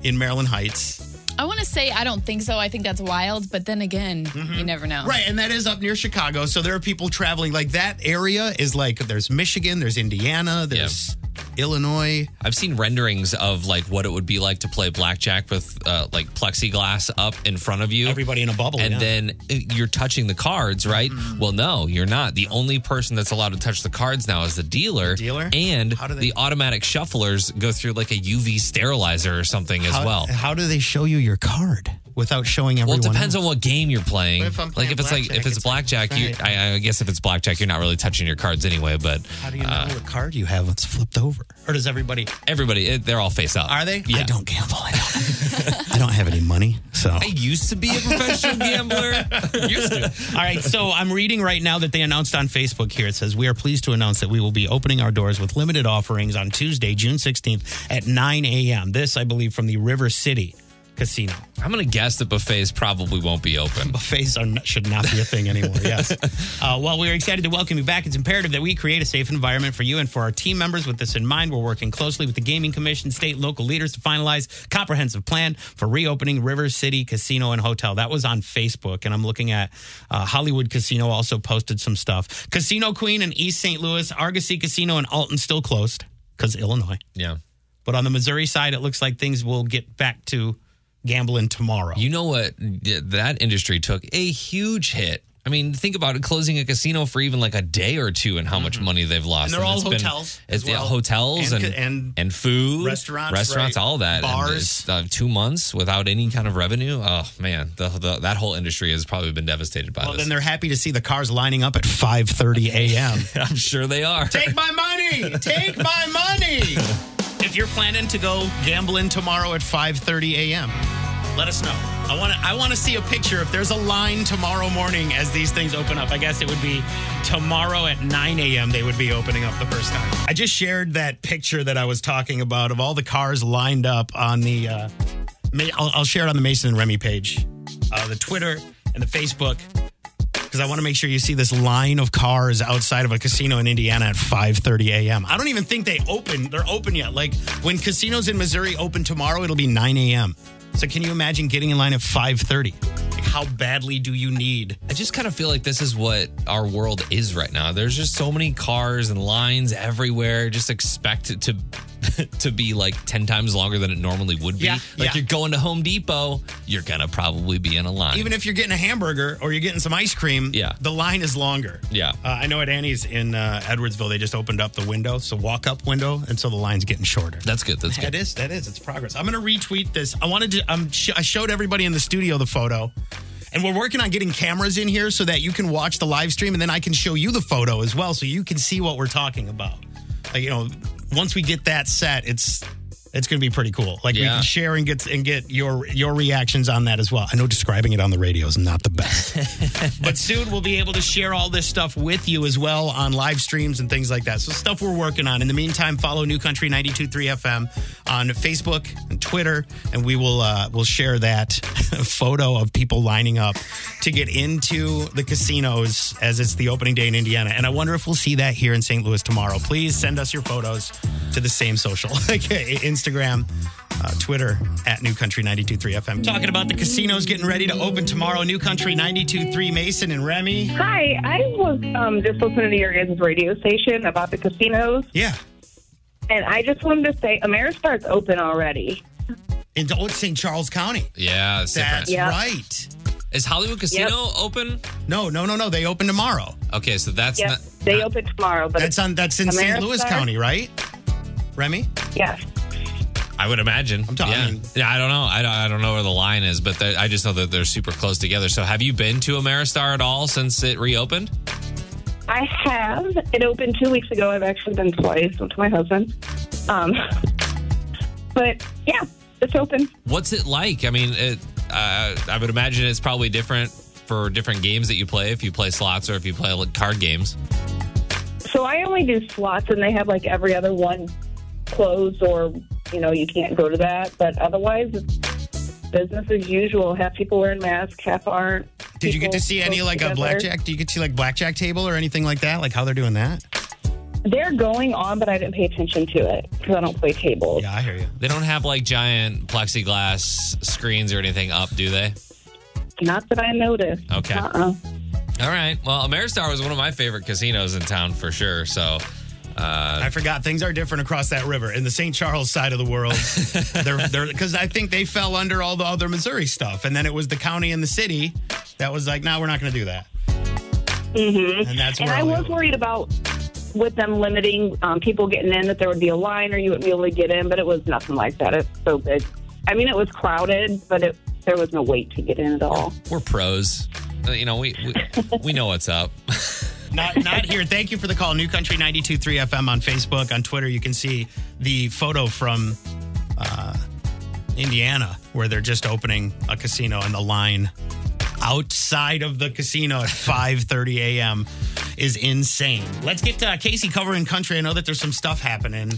[SPEAKER 1] in Maryland Heights?
[SPEAKER 3] I want to say I don't think so. I think that's wild, but then again, you never know.
[SPEAKER 1] Mm-hmm. Right, and that is up near Chicago. So there are people traveling. Like that area is like there's Michigan, there's Indiana, there's Illinois.
[SPEAKER 2] I've seen renderings of like what it would be like to play blackjack with uh, like plexiglass up in front of you.
[SPEAKER 1] Everybody in a bubble.
[SPEAKER 2] and
[SPEAKER 1] yeah. Mm-hmm.
[SPEAKER 2] then uh, you're touching the cards, right? Well, no, you're not. The only person that's allowed to touch the cards now is the dealer.
[SPEAKER 1] dealer?
[SPEAKER 2] And
[SPEAKER 1] How do they-
[SPEAKER 2] the automatic shufflers go through like a UV sterilizer or something as
[SPEAKER 1] how,
[SPEAKER 2] well.
[SPEAKER 1] How do they show you your card without showing
[SPEAKER 2] well,
[SPEAKER 1] everyone?
[SPEAKER 2] it depends
[SPEAKER 1] else?
[SPEAKER 2] on what game you're playing.
[SPEAKER 1] But if I'm
[SPEAKER 2] like
[SPEAKER 1] playing
[SPEAKER 2] if it's like
[SPEAKER 1] blackjack,
[SPEAKER 2] if it's
[SPEAKER 1] it's-
[SPEAKER 2] blackjack, you,
[SPEAKER 1] right.
[SPEAKER 2] I, I guess if it's blackjack, you're not really touching your cards anyway. But
[SPEAKER 1] How do you know what card you have? It's flipped over, or does everybody?
[SPEAKER 2] everybody, it, they're all face up.
[SPEAKER 1] Are they?
[SPEAKER 2] Yeah.
[SPEAKER 1] I don't gamble. I don't, I don't have any money, so.
[SPEAKER 2] I used to be a professional gambler. used to.
[SPEAKER 1] All right, so I'm reading right now that they announced on Facebook here. It says, We are pleased to announce that we will be opening our doors with limited offerings on Tuesday, June 16th at 9 a.m. This, I believe, from the River City Casino.
[SPEAKER 2] I'm gonna guess that buffets probably won't be open.
[SPEAKER 1] Buffets are not, should not be a thing anymore. Yes. Uh, while we are excited to welcome you back, it's imperative that we create a safe environment for you and for our team members. With this in mind, we're working closely with the Gaming Commission, state, and local leaders to finalize comprehensive plan for reopening River City Casino and Hotel. That was on Facebook, and I'm looking at uh, Hollywood Casino also posted some stuff. Casino Queen in East St. Louis, Argosy Casino in Alton still closed because Illinois.
[SPEAKER 2] Yeah.
[SPEAKER 1] But on the Missouri side, it looks like things will get back to gambling tomorrow.
[SPEAKER 2] You know what? That industry took a huge hit. I mean, think about it, closing a casino for even like a day or two and how much money they've lost.
[SPEAKER 1] Mm-hmm. And they're all
[SPEAKER 2] it's
[SPEAKER 1] hotels as
[SPEAKER 2] It's yeah,
[SPEAKER 1] well.
[SPEAKER 2] hotels
[SPEAKER 1] And
[SPEAKER 2] and,
[SPEAKER 1] ca-
[SPEAKER 2] and,
[SPEAKER 1] and
[SPEAKER 2] and, food,
[SPEAKER 1] restaurants,
[SPEAKER 2] restaurants,
[SPEAKER 1] right.
[SPEAKER 2] all that. And
[SPEAKER 1] Bars.
[SPEAKER 2] it's, uh, two months without any kind of revenue. Oh, man. The, the, that whole industry has probably been devastated by
[SPEAKER 1] Well,
[SPEAKER 2] this.
[SPEAKER 1] then they're happy to see the cars lining up at 5:30 a.m.
[SPEAKER 2] I'm sure they are.
[SPEAKER 1] Take my money! Take my money! if you're planning to go gambling tomorrow at 5:30 a.m., let us know. I want to I want to see a picture if there's a line tomorrow morning as these things open up. I guess it would be tomorrow at 9 a.m. they would be opening up the first time. I just shared that picture that I was talking about of all the cars lined up on the uh, Ma- I'll, I'll share it on the Mason and Remy page, uh, the Twitter and the Facebook, because I want to make sure you see this line of cars outside of a casino in Indiana at 5:30 a.m. I don't even think they open; they're open yet. Like when casinos in Missouri open tomorrow, it'll be 9 a.m. So can you imagine getting in line at 5:30? Like how badly do you need?
[SPEAKER 2] I just kind of feel like this is what our world is right now. There's just so many cars and lines everywhere. Just expect it to to be like 10 times longer than it normally would be.
[SPEAKER 1] Yeah,
[SPEAKER 2] like
[SPEAKER 1] yeah.
[SPEAKER 2] you're going to Home Depot, you're going to probably be in a line.
[SPEAKER 1] Even if you're getting a hamburger or you're getting some ice cream,
[SPEAKER 2] Yeah.
[SPEAKER 1] the line is longer.
[SPEAKER 2] Yeah.
[SPEAKER 1] Uh, I know at Annie's in uh, Edwardsville, they just opened up the window, so walk up window, and so the line's getting shorter.
[SPEAKER 2] that's good. That's
[SPEAKER 1] That
[SPEAKER 2] good.
[SPEAKER 1] is that is it's progress. I'm going to retweet this. I wanted to. Um, sh- I showed everybody in the studio the photo, and we're working on getting cameras in here so that you can watch the live stream, and then I can show you the photo as well, so you can see what we're talking about. Like you know, once we get that set, it's it's going to be pretty cool. Like we
[SPEAKER 2] Yeah.
[SPEAKER 1] can share and get and get your your reactions on that as well. I know describing it on the radio is not the best. But soon we'll be able to share all this stuff with you as well on live streams and things like that. So stuff we're working on. In the meantime, follow New Country 92.3 FM on Facebook and Twitter, and we will uh, we'll share that photo of people lining up to get into the casinos as it's the opening day in Indiana. And I wonder if we'll see that here in St. Louis tomorrow. Please send us your photos to the same social, like Instagram uh, Twitter at New Country 92.3 FM. Talking about the casinos getting ready to open tomorrow. New Country 92.3 Mason and Remy.
[SPEAKER 8] Hi, I was um, just listening to your guys' radio station about the casinos,
[SPEAKER 1] Yeah.
[SPEAKER 8] and I just wanted to say Ameristar's open already.
[SPEAKER 1] In oh, it's St. Charles County.
[SPEAKER 2] Yeah, it's
[SPEAKER 1] That's
[SPEAKER 2] different.
[SPEAKER 8] Yeah.
[SPEAKER 1] right.
[SPEAKER 2] Is Hollywood Casino open?
[SPEAKER 1] No, no, no, no. They open tomorrow.
[SPEAKER 2] Okay, so that's
[SPEAKER 8] Yes,
[SPEAKER 2] not.
[SPEAKER 8] they open tomorrow, but
[SPEAKER 1] Uh, That's on. That's in St. Louis
[SPEAKER 8] Ameristar?
[SPEAKER 1] County, right? Remy.
[SPEAKER 8] yes.
[SPEAKER 2] I would imagine.
[SPEAKER 1] I'm talking-
[SPEAKER 2] Yeah.
[SPEAKER 1] I mean-
[SPEAKER 2] yeah, I don't know. I don't, I don't know where the line is, but that- I just know that they're super close together. So, have you been to Ameristar at all since it reopened?
[SPEAKER 8] I have. It opened two weeks ago. I've actually been twice with my husband. Um, but yeah, it's open.
[SPEAKER 2] What's it like? I mean, it, uh, I would imagine it's probably different for different games that you play. If you play slots or if you play like, card games,
[SPEAKER 8] So I only do slots, and they have like every other one closed, or you know, you can't go to that. But otherwise, it's business as usual. Half people wearing masks, half aren't.
[SPEAKER 1] Did you get to
[SPEAKER 8] People
[SPEAKER 1] see any
[SPEAKER 8] close
[SPEAKER 1] like a
[SPEAKER 8] together.
[SPEAKER 1] blackjack? Do you get to see like blackjack table or anything like that? Like how they're doing that?
[SPEAKER 8] They're going on, but I didn't pay attention to it because I don't play tables.
[SPEAKER 1] Yeah, I hear you.
[SPEAKER 2] they don't have like giant plexiglass screens or anything up, do they?
[SPEAKER 8] Not that I noticed.
[SPEAKER 2] Okay.
[SPEAKER 8] Uh-uh.
[SPEAKER 2] All right. Well, Ameristar was one of my favorite casinos in town for sure. So, uh,
[SPEAKER 1] I forgot things are different across that river in the St. Charles side of the world. they're they're because I think they fell under all the other Missouri stuff, and then it was the county and the city that was like, no, we're not going to do that.
[SPEAKER 8] Mm-hmm.
[SPEAKER 1] And that's
[SPEAKER 8] And
[SPEAKER 1] where
[SPEAKER 8] I
[SPEAKER 1] all the-
[SPEAKER 8] was worried about with them limiting um, people getting in that there would be a line or you wouldn't be able to get in, but it was nothing like that. It's so big. I mean, it was crowded, but it, there was no wait to get in at all.
[SPEAKER 2] we're pros. Uh, You know, we we, we know what's up.
[SPEAKER 1] not not here. Thank you for the call. New Country 92.3 FM on Facebook, on Twitter. You can see the photo from uh, Indiana where they're just opening a casino and the line outside of the casino at 5.30 a.m. is insane. Let's get uh, Casey covering country. I know that there's some stuff happening.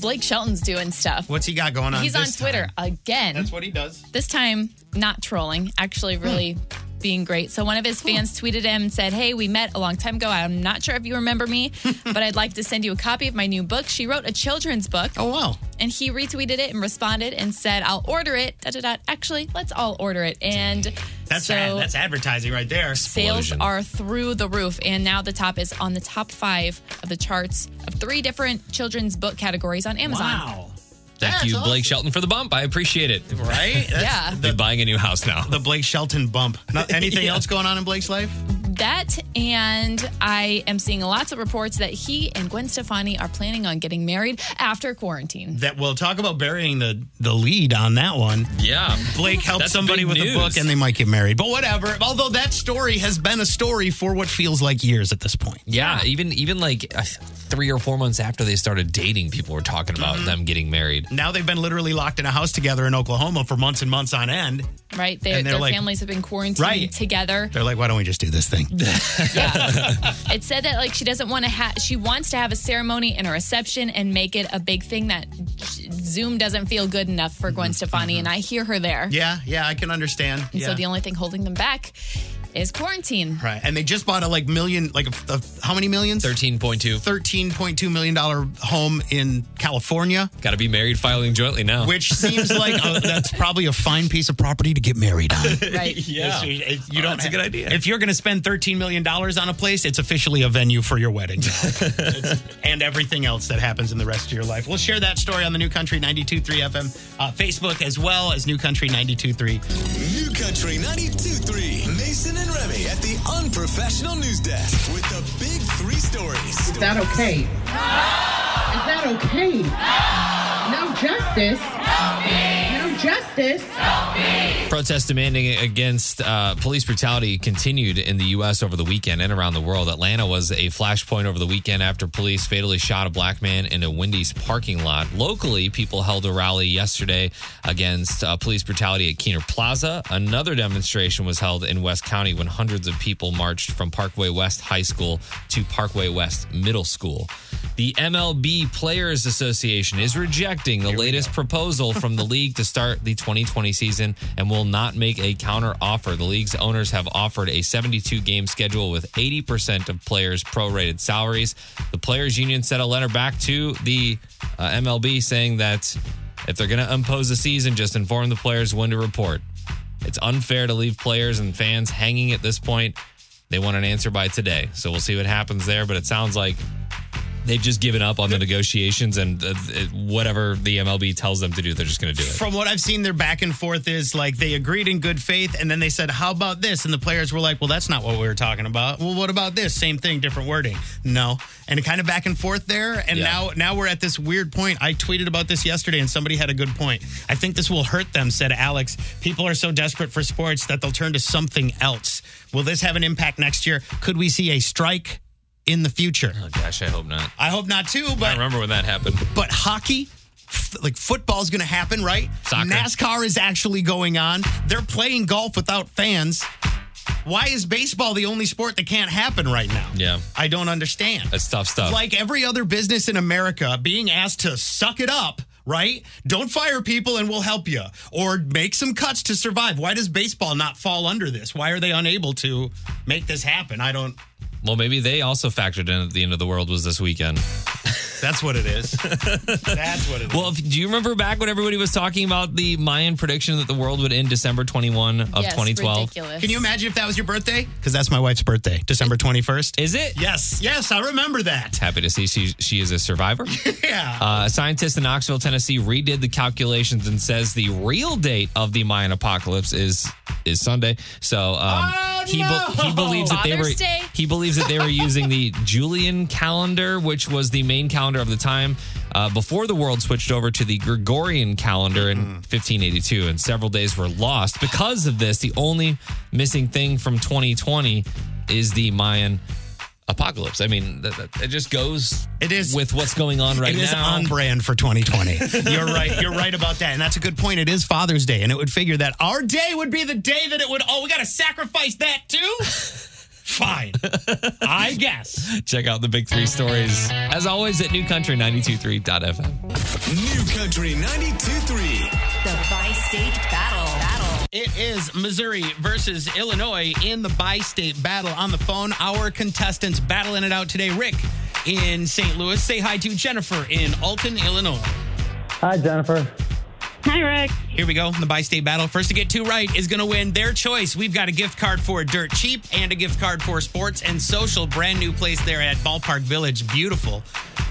[SPEAKER 3] Blake Shelton's doing stuff.
[SPEAKER 1] What's he got going on
[SPEAKER 3] He's on
[SPEAKER 1] this time?
[SPEAKER 3] Twitter again.
[SPEAKER 1] That's what Hmm. he does.
[SPEAKER 3] this time not trolling, actually really being great. So one of his fans tweeted him and said, "Hey, we met a long time ago. I'm not sure if you remember me, but I'd like to send you a copy of my new book. She wrote a children's book."
[SPEAKER 1] Oh, wow.
[SPEAKER 3] And he retweeted it and responded and said, "I'll order it." Da, da, da. Actually, let's all order it. And
[SPEAKER 1] That's,
[SPEAKER 3] so
[SPEAKER 1] ad- that's advertising right there.
[SPEAKER 3] sales
[SPEAKER 2] explosion.
[SPEAKER 3] are through the roof and now the top is on the top 5 of the charts of three different children's book categories on Amazon.
[SPEAKER 1] Wow.
[SPEAKER 2] Thank
[SPEAKER 1] That's
[SPEAKER 2] you,
[SPEAKER 1] awesome.
[SPEAKER 2] Blake Shelton, for the bump. I appreciate it.
[SPEAKER 1] Right? That's
[SPEAKER 3] Yeah.
[SPEAKER 2] Be buying a new house now.
[SPEAKER 1] The Blake Shelton bump. Not, anything else going on in Blake's life?
[SPEAKER 3] That and I am seeing lots of reports that he and Gwen Stefani are planning on getting married after quarantine.
[SPEAKER 1] that we'll talk about burying the the lead on that one.
[SPEAKER 2] Yeah.
[SPEAKER 1] Blake helped
[SPEAKER 2] That's
[SPEAKER 1] somebody
[SPEAKER 2] big
[SPEAKER 1] with
[SPEAKER 2] news.
[SPEAKER 1] a book and they might get married. But whatever. Although that story has been a story for what feels like years at this point.
[SPEAKER 2] Yeah, even even like uh, three or four months after they started dating, people were talking about
[SPEAKER 1] Mm-hmm.
[SPEAKER 2] them getting married.
[SPEAKER 1] Now they've been literally locked in a house together in Oklahoma for months and months on end.
[SPEAKER 3] Right? Their
[SPEAKER 1] And they're
[SPEAKER 3] their
[SPEAKER 1] like-
[SPEAKER 3] families have been quarantined
[SPEAKER 1] Right.
[SPEAKER 3] together.
[SPEAKER 1] They're like, why don't we just do this thing?
[SPEAKER 3] Yeah. it said that like she doesn't want to have she wants to have a ceremony and a reception and make it a big thing that Zoom doesn't feel good enough for Gwen Stefani and I hear her there.
[SPEAKER 1] yeah, yeah, I can understand.
[SPEAKER 3] And
[SPEAKER 1] yeah.
[SPEAKER 3] so the only thing holding them back is quarantine.
[SPEAKER 1] right. And they just bought a like million, like a, a- how many millions?
[SPEAKER 2] Thirteen point two.
[SPEAKER 1] $13.2 million home in California,
[SPEAKER 2] Got to be married filing jointly now.
[SPEAKER 1] which seems like a, that's probably a fine piece of property to get married on.
[SPEAKER 3] Right.
[SPEAKER 2] yeah,
[SPEAKER 1] If you don't
[SPEAKER 2] that's a
[SPEAKER 1] have-
[SPEAKER 2] good idea.
[SPEAKER 1] If you're going to spend $13 million on a place, it's officially a venue for your wedding. It's- and everything else that happens in the rest of your life. We'll share that story on the New Country 92.3 FM uh, Facebook as well as New Country 92.3.
[SPEAKER 5] New Country 92.3, Mason and Remy at the Unprofessional News Desk with the big three stories.
[SPEAKER 9] Is that okay? Is that okay? No justice. No justice.
[SPEAKER 2] Protests demanding against uh, police brutality continued in the U.S. over the weekend and around the world. Atlanta was a flashpoint over the weekend after police fatally shot a black man in a Wendy's parking lot. Locally, people held a rally yesterday against uh, police brutality at Keener Plaza. Another demonstration was held in West County when hundreds of people marched from Parkway West High School to Parkway West Middle School. The MLB Players Association is rejecting the latest proposal from the league to start the 2020 season and will not make a counter offer. The league's owners have offered a 72 game schedule with 80% of players prorated salaries. The players union sent a letter back to the uh, MLB saying that if they're going to impose a season, just inform the players when to report. It's unfair to leave players and fans hanging at this point. They want an answer by today. So we'll see what happens there, but it sounds like They've just given up on the negotiations and uh, it- whatever the MLB tells them to do, they're just going to do it.
[SPEAKER 1] From what I've seen, their back and forth is like they agreed in good faith, and then they said, "How about this?" And the players were like, "Well, that's not what we were talking about. Well, what about this? Same thing, different wording." No, and kind of back and forth there. And
[SPEAKER 2] Yeah.
[SPEAKER 1] now, now we're at this weird point. I tweeted about this yesterday, and somebody had a good point. I think this will hurt them," said Alex. People are so desperate for sports that they'll turn to something else. Will this have an impact next year? Could we see a strike in the future?
[SPEAKER 2] Oh, gosh, I hope not.
[SPEAKER 1] I hope not too,
[SPEAKER 2] I
[SPEAKER 1] but
[SPEAKER 2] remember when that happened.
[SPEAKER 1] but hockey f- like football's going to happen, right?
[SPEAKER 2] Soccer.
[SPEAKER 1] NASCAR is actually going on. They're playing golf without fans. Why is baseball the only sport that can't happen right now?
[SPEAKER 2] Yeah.
[SPEAKER 1] I don't understand.
[SPEAKER 2] That's tough stuff.
[SPEAKER 1] Like every other business in America being asked to suck it up, right? Don't fire people and we'll help you or make some cuts to survive. Why does baseball not fall under this? Why are they unable to make this happen? I don't
[SPEAKER 2] well, maybe they also factored in that the end of the world was this weekend.
[SPEAKER 1] That's what it is. That's what it is.
[SPEAKER 2] Well, if, do you remember back when everybody was talking about the Mayan prediction that the world would end December 21 of
[SPEAKER 3] yes,
[SPEAKER 2] 2012?
[SPEAKER 3] ridiculous.
[SPEAKER 1] Can you imagine if that was your birthday? Because that's my wife's birthday, December 21st.
[SPEAKER 2] Is it?
[SPEAKER 1] Yes, yes, I remember that.
[SPEAKER 2] Happy to see she, she is a survivor.
[SPEAKER 1] Yeah.
[SPEAKER 2] Uh, scientists in Knoxville, Tennessee, redid the calculations and says the real date of the Mayan apocalypse is is Sunday. So um,
[SPEAKER 1] Oh,
[SPEAKER 2] he
[SPEAKER 1] no!
[SPEAKER 2] he believes that they were
[SPEAKER 3] Father's Day?
[SPEAKER 2] he believes that they were using the Julian calendar, which was the main calendar of the time uh, before the world switched over to the Gregorian calendar in
[SPEAKER 1] Mm-hmm.
[SPEAKER 2] 1582, and several days were lost because of this. The only missing thing from 2020 is the Mayan. Apocalypse. I mean, that, that- it just goes.
[SPEAKER 1] It is-
[SPEAKER 2] with what's going on right
[SPEAKER 1] it
[SPEAKER 2] now.
[SPEAKER 1] is on brand for 2020. you're right. You're right about that. And that's a good point. It is Father's Day, and it would figure that our day would be the day that it would, oh, we got to sacrifice that too? Fine. I guess.
[SPEAKER 2] Check out the big three stories as always at newcountry923.fm.
[SPEAKER 5] New Country 92.3.
[SPEAKER 10] The bi state battle. Battle.
[SPEAKER 1] It is Missouri versus Illinois in the bi state battle on the phone. Our contestants battling it out today. Rick in St. Louis. Say hi to Jennifer in Alton, Illinois.
[SPEAKER 11] Hi, Jennifer.
[SPEAKER 8] Hi, Rick.
[SPEAKER 1] Here we go. The by state battle. First to get two right is going to win their choice. We've got a gift card for Dirt Cheap and a gift card for Sports and Social. Brand new place there at Ballpark Village. Beautiful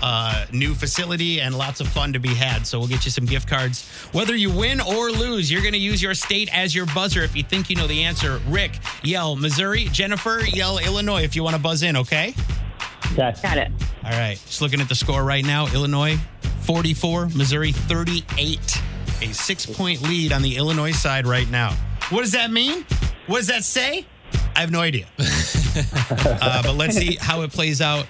[SPEAKER 1] uh, new facility and lots of fun to be had. So we'll get you some gift cards. Whether you win or lose, you're going to use your state as your buzzer if you think you know the answer. Rick, yell Missouri. Jennifer, yell Illinois if you want to buzz in, okay?
[SPEAKER 11] Yes.
[SPEAKER 8] Got it.
[SPEAKER 1] All right. Just looking at the score right now Illinois 44, Missouri 38. A six point lead on the Illinois side right now. What does that mean? What does that say? I have no idea. uh, but let's see how it plays out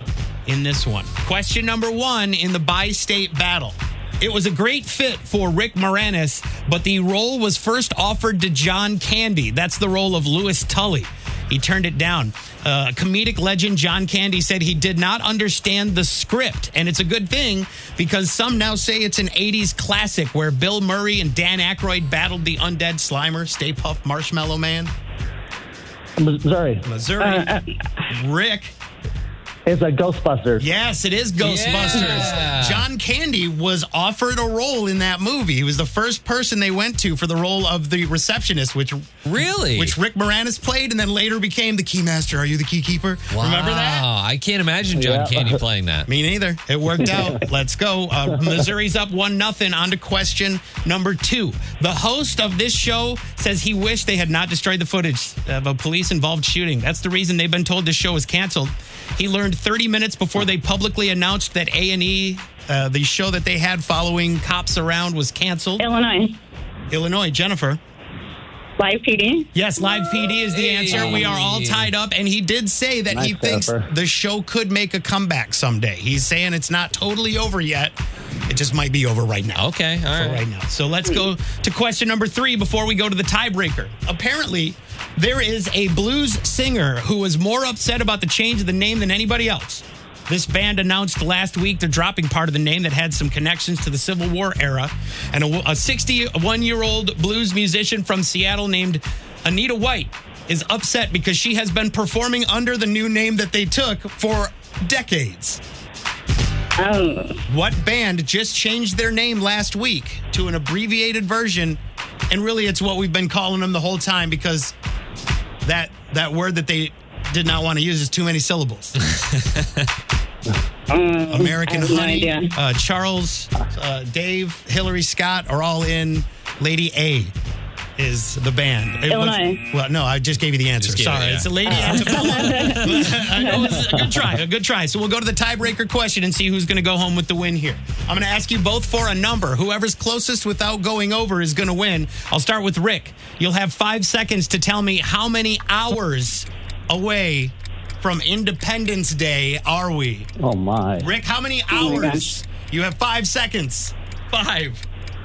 [SPEAKER 1] in this one. Question number one in the bi state battle. It was a great fit for Rick Moranis, but the role was first offered to John Candy. That's the role of Lewis Tully. He turned it down. Uh, comedic legend John Candy said he did not understand the script, and it's a good thing because some now say it's an 80s classic where Bill Murray and Dan Aykroyd battled the undead Slimer, Stay Puft, Marshmallow Man.
[SPEAKER 11] Missouri.
[SPEAKER 1] Missouri. Rick.
[SPEAKER 11] It's like Ghostbusters.
[SPEAKER 1] Yes, it is Ghostbusters.
[SPEAKER 2] Yeah.
[SPEAKER 1] John Candy was offered a role in that movie. He was the first person they went to for the role of the receptionist, which
[SPEAKER 2] Really?
[SPEAKER 1] which Rick Moranis played, and then later became the key master. Are you the key keeper? Remember that?
[SPEAKER 2] Wow, I can't imagine
[SPEAKER 11] Yeah.
[SPEAKER 2] John Candy playing that.
[SPEAKER 1] Me neither. It worked out. Let's go. Uh, Missouri's up one nothing. On to question number two. The host of this show says he wished they had not destroyed the footage of a police-involved shooting. That's the reason they've been told this show is canceled. He learned 30 minutes before they publicly announced that A and E, uh, the show that they had following cops around, was canceled.
[SPEAKER 8] Illinois.
[SPEAKER 1] Illinois, Jennifer.
[SPEAKER 8] Live PD.
[SPEAKER 1] Yes, live PD is the
[SPEAKER 2] Hey.
[SPEAKER 1] answer. We are all tied up, and he did say that he
[SPEAKER 11] Nice,
[SPEAKER 1] thinks
[SPEAKER 11] Jennifer.
[SPEAKER 1] the show could make a comeback someday. He's saying it's not totally over yet. It just might be over right now.
[SPEAKER 2] Okay, all
[SPEAKER 1] For
[SPEAKER 2] right.
[SPEAKER 1] right now. So let's go to question number three before we go to the tiebreaker. Apparently, there is a blues singer who is more upset about the change of the name than anybody else. This band announced last week they're dropping part of the name that had some connections to the Civil War era. And a 61 year old blues musician from Seattle named Anita White is upset because she has been performing under the new name that they took for decades.
[SPEAKER 8] Oh,
[SPEAKER 1] What band just changed their name last week to an abbreviated version? And really, it's what we've been calling them the whole time because that that word that they did not want to use is too many syllables. American
[SPEAKER 12] I have no
[SPEAKER 1] Honey,
[SPEAKER 12] idea.
[SPEAKER 1] uh, Charles, uh, Dave, Hillary Scott are all in. Lady A is the band. It was-
[SPEAKER 12] Illinois.
[SPEAKER 1] well, no, I just gave you the answer.
[SPEAKER 2] Just gave
[SPEAKER 1] Sorry,
[SPEAKER 2] it, yeah.
[SPEAKER 1] it's a lady.
[SPEAKER 12] Oh.
[SPEAKER 1] It's a I know it's a good try. A good try. So we'll go to the tiebreaker question and see who's going to go home with the win here. I'm going to ask you both for a number. Whoever's closest without going over is going to win. I'll start with Rick. You'll have five seconds to tell me how many hours away from Independence Day are we?
[SPEAKER 11] Oh my.
[SPEAKER 1] Rick, how many
[SPEAKER 12] Oh my
[SPEAKER 1] hours? you have five seconds. Five,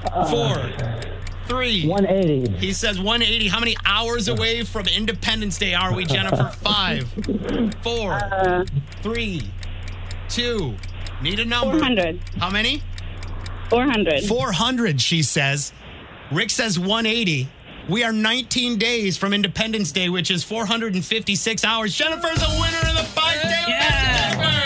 [SPEAKER 12] Uh,
[SPEAKER 1] four, three.
[SPEAKER 11] 180.
[SPEAKER 1] He says 180. How many hours away from Independence Day are we, Jennifer? Five, four,
[SPEAKER 12] Uh,
[SPEAKER 1] three, two. Need a number.
[SPEAKER 12] 400.
[SPEAKER 1] How many?
[SPEAKER 12] 400.
[SPEAKER 1] 400, she says. Rick says 180. We are 19 days from Independence Day, which is 456 hours. Jennifer's a winner of the five day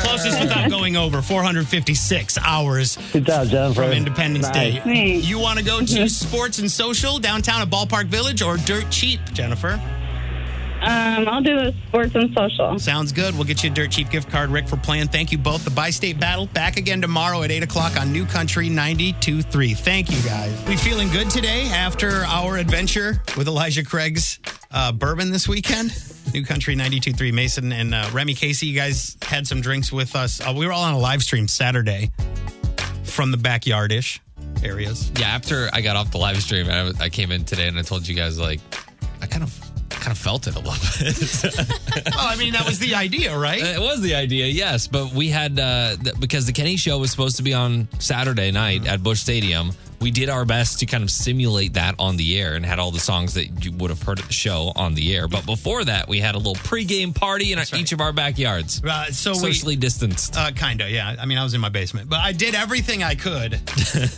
[SPEAKER 1] Closest without going over 456 hours
[SPEAKER 11] Good job, Jennifer.
[SPEAKER 1] from Independence Day.
[SPEAKER 11] Nice.
[SPEAKER 12] Thanks.
[SPEAKER 1] You want to go to Sports and Social downtown at Ballpark Village or Dirt Cheap, Jennifer?
[SPEAKER 12] Um, I'll do a sports and social.
[SPEAKER 1] Sounds good. We'll get you a Dirt Cheap gift card, Rick, for playing. Thank you both. The Bi State Battle back again tomorrow at 8 o'clock on New Country 92.3. Thank you, guys. We feeling good today after our adventure with Elijah Craig's uh, bourbon this weekend? New Country 92.3. Mason and uh, Remy Casey, you guys had some drinks with us. Uh, we were all on a live stream Saturday from the backyard ish areas.
[SPEAKER 2] Yeah, after I got off the live stream, I, I came in today and I told you guys like, I kind of, kind of felt it a little bit.
[SPEAKER 1] well, I mean, that was the idea, right?
[SPEAKER 2] It was the idea, yes, but we had uh, th- because the Kenny show was supposed to be on Saturday night
[SPEAKER 1] Mm-hmm.
[SPEAKER 2] at Bush Stadium. We did our best to kind of simulate that on the air and had all the songs that you would have heard at the show on the air. But before that, we had a little pregame party in each of our backyards,
[SPEAKER 1] Uh, so we,
[SPEAKER 2] socially distanced.
[SPEAKER 1] Uh, kind of, yeah. I mean, I was in my basement, but I did everything I could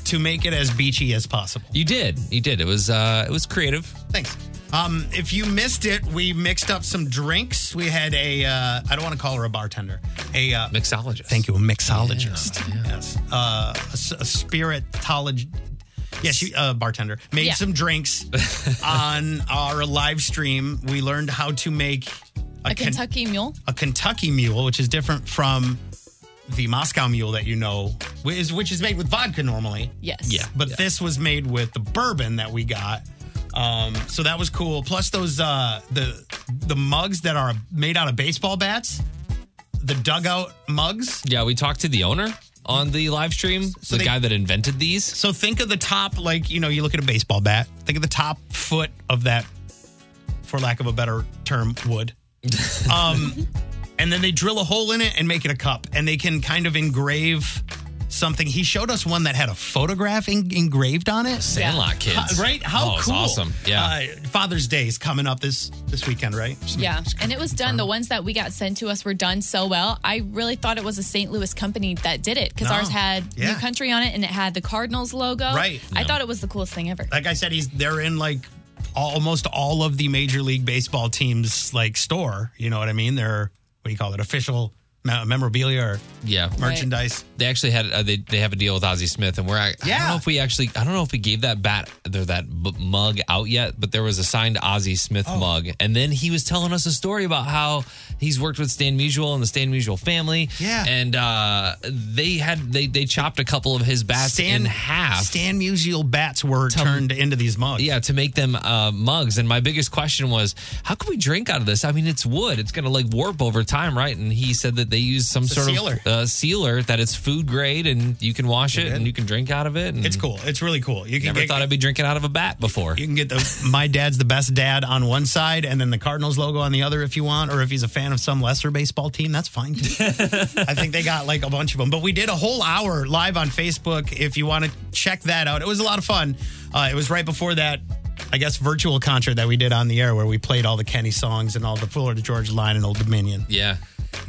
[SPEAKER 1] to make it as beachy as possible.
[SPEAKER 2] you did, you did. It was uh, it was creative.
[SPEAKER 1] Thanks. Um, if you missed it, we mixed up some drinks. We had a, uh, I don't want to call her a bartender, a uh,
[SPEAKER 2] Mixologist.
[SPEAKER 1] Thank you, a mixologist. Yes, uh, a, s- a spiritologist. Yeah, she uh, bartender made
[SPEAKER 3] Yeah.
[SPEAKER 1] some drinks on our live stream. We learned how to make
[SPEAKER 3] A
[SPEAKER 1] Ken-
[SPEAKER 3] Kentucky mule.
[SPEAKER 1] a Kentucky mule, which is different from the Moscow mule that you know, which is, which is made with vodka normally.
[SPEAKER 3] Yes.
[SPEAKER 2] Yeah.
[SPEAKER 1] But this was made with the bourbon that we got. Um, so that was cool. Plus those uh, the the mugs that are made out of baseball bats, the dugout mugs.
[SPEAKER 2] Yeah, we talked to the owner on the live stream,
[SPEAKER 1] So
[SPEAKER 2] the
[SPEAKER 1] they-
[SPEAKER 2] guy that invented these.
[SPEAKER 1] So think of the top, like you know, you look at a baseball bat. Think of the top foot of that, for lack of a better term, wood. Um, and then they drill a hole in it and make it a cup, and they can kind of engrave something. He showed us one that had a photograph en- engraved on it.
[SPEAKER 2] Sandlot kids,
[SPEAKER 1] How- right? How
[SPEAKER 2] oh, it's
[SPEAKER 1] cool!
[SPEAKER 2] awesome! Yeah,
[SPEAKER 1] Uh, Father's Day is coming up this this weekend, right?
[SPEAKER 3] Yeah, and it was done. The ones that we got sent to us were done so well. I really thought it was a St. Louis company that did it because
[SPEAKER 1] No.
[SPEAKER 3] ours had
[SPEAKER 1] Yeah.
[SPEAKER 3] New Country on it and it had the Cardinals logo.
[SPEAKER 1] Right.
[SPEAKER 3] I
[SPEAKER 2] No.
[SPEAKER 3] thought it was the coolest thing ever.
[SPEAKER 1] Like I said, he's they're in like almost all of the Major League Baseball teams like store. You know what I mean? They're what do you call it? Official me- memorabilia or
[SPEAKER 2] yeah.
[SPEAKER 1] merchandise.
[SPEAKER 2] they actually had uh, they they have a deal with Ozzy Smith, and we're I, I don't
[SPEAKER 1] Yeah.
[SPEAKER 2] know if we actually I don't know if we gave that bat or that b- mug out yet, but there was a signed Ozzy Smith
[SPEAKER 1] Oh.
[SPEAKER 2] mug, and then he was telling us a story about how he's worked with Stan Musial and the Stan Musial family,
[SPEAKER 1] Yeah.
[SPEAKER 2] and uh, they had they they chopped a couple of his bats in half,
[SPEAKER 1] Stan Musial bats were turned into these mugs.
[SPEAKER 2] yeah, to make them uh, mugs. And my biggest question was, how can we drink out of this? I mean, it's wood; it's going to like warp over time, right? And he said that they use some
[SPEAKER 1] a
[SPEAKER 2] sort
[SPEAKER 1] sealer.
[SPEAKER 2] of uh, sealer that it's food grade, and you can wash it, and you can drink out of it. And
[SPEAKER 1] it's cool. It's really cool. You can
[SPEAKER 2] Never
[SPEAKER 1] get,
[SPEAKER 2] thought I'd be drinking out of a bat before.
[SPEAKER 1] you can get the my dad's the best dad on one side, and then the Cardinals logo on the other if you want, or if he's a fan of some lesser baseball team, that's fine. Too. I think they got like a bunch of them. But we did a whole hour live on Facebook. If you want to check that out, it was a lot of fun. Uh, it was right before that, I guess, virtual concert that we did on the air where we played all the Kenny songs and all the Florida Georgia Line and Old Dominion.
[SPEAKER 2] Yeah,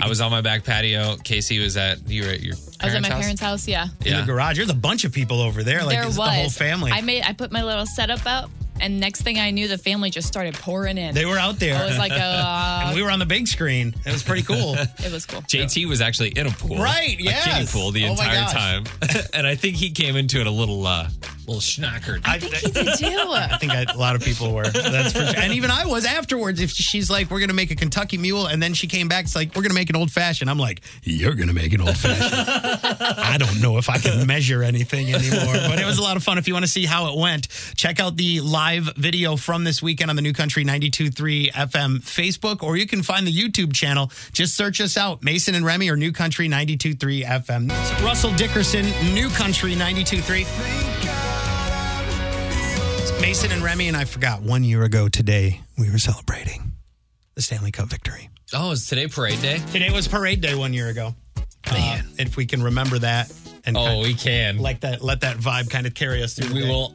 [SPEAKER 2] I was on my back patio. Casey was at you were at your. Parents
[SPEAKER 3] I was at my
[SPEAKER 2] house?
[SPEAKER 3] parents' house. Yeah.
[SPEAKER 1] In
[SPEAKER 2] Yeah.
[SPEAKER 1] the garage, there's a bunch of people over there. Like
[SPEAKER 3] there
[SPEAKER 1] it's
[SPEAKER 3] was
[SPEAKER 1] the whole family.
[SPEAKER 3] I made. I put my little setup up, and next thing I knew, the family just started pouring in.
[SPEAKER 1] they were out there.
[SPEAKER 3] I was like, uh,
[SPEAKER 1] and we were on the big screen. It was pretty cool.
[SPEAKER 3] it was cool.
[SPEAKER 2] JT was actually in a pool,
[SPEAKER 1] Right,
[SPEAKER 2] Yeah, a kiddie
[SPEAKER 1] yes.
[SPEAKER 2] pool the
[SPEAKER 1] Oh my
[SPEAKER 2] entire
[SPEAKER 1] gosh.
[SPEAKER 2] time, and I think he came into it a little, uh, little schnockered.
[SPEAKER 1] I think he did too. I think I, a lot of people were. That's for sure. And even I was afterwards. If she's like, "We're gonna make a Kentucky Mule," and then she came back, it's like, "We're gonna make an old fashioned." I'm like, "You're gonna make an old fashioned." I don't know if I can measure anything anymore, but it was a lot of fun. If you want to see how it went, check out the live video from this weekend on the New Country 92.3 FM Facebook, or you can find the YouTube channel. Just search us out, Mason and Remy, or New Country 92.3 FM. It's Russell Dickerson, New Country 92.3. It's Mason and Remy, and I forgot one year ago today we were celebrating the Stanley Cup victory.
[SPEAKER 2] Oh, is today parade day?
[SPEAKER 1] Today was parade day one year ago. Man, if we can remember that, and
[SPEAKER 2] Oh,
[SPEAKER 1] kind of
[SPEAKER 2] we can.
[SPEAKER 1] like that, let that vibe kind of carry us through. the
[SPEAKER 2] We
[SPEAKER 1] day.
[SPEAKER 2] will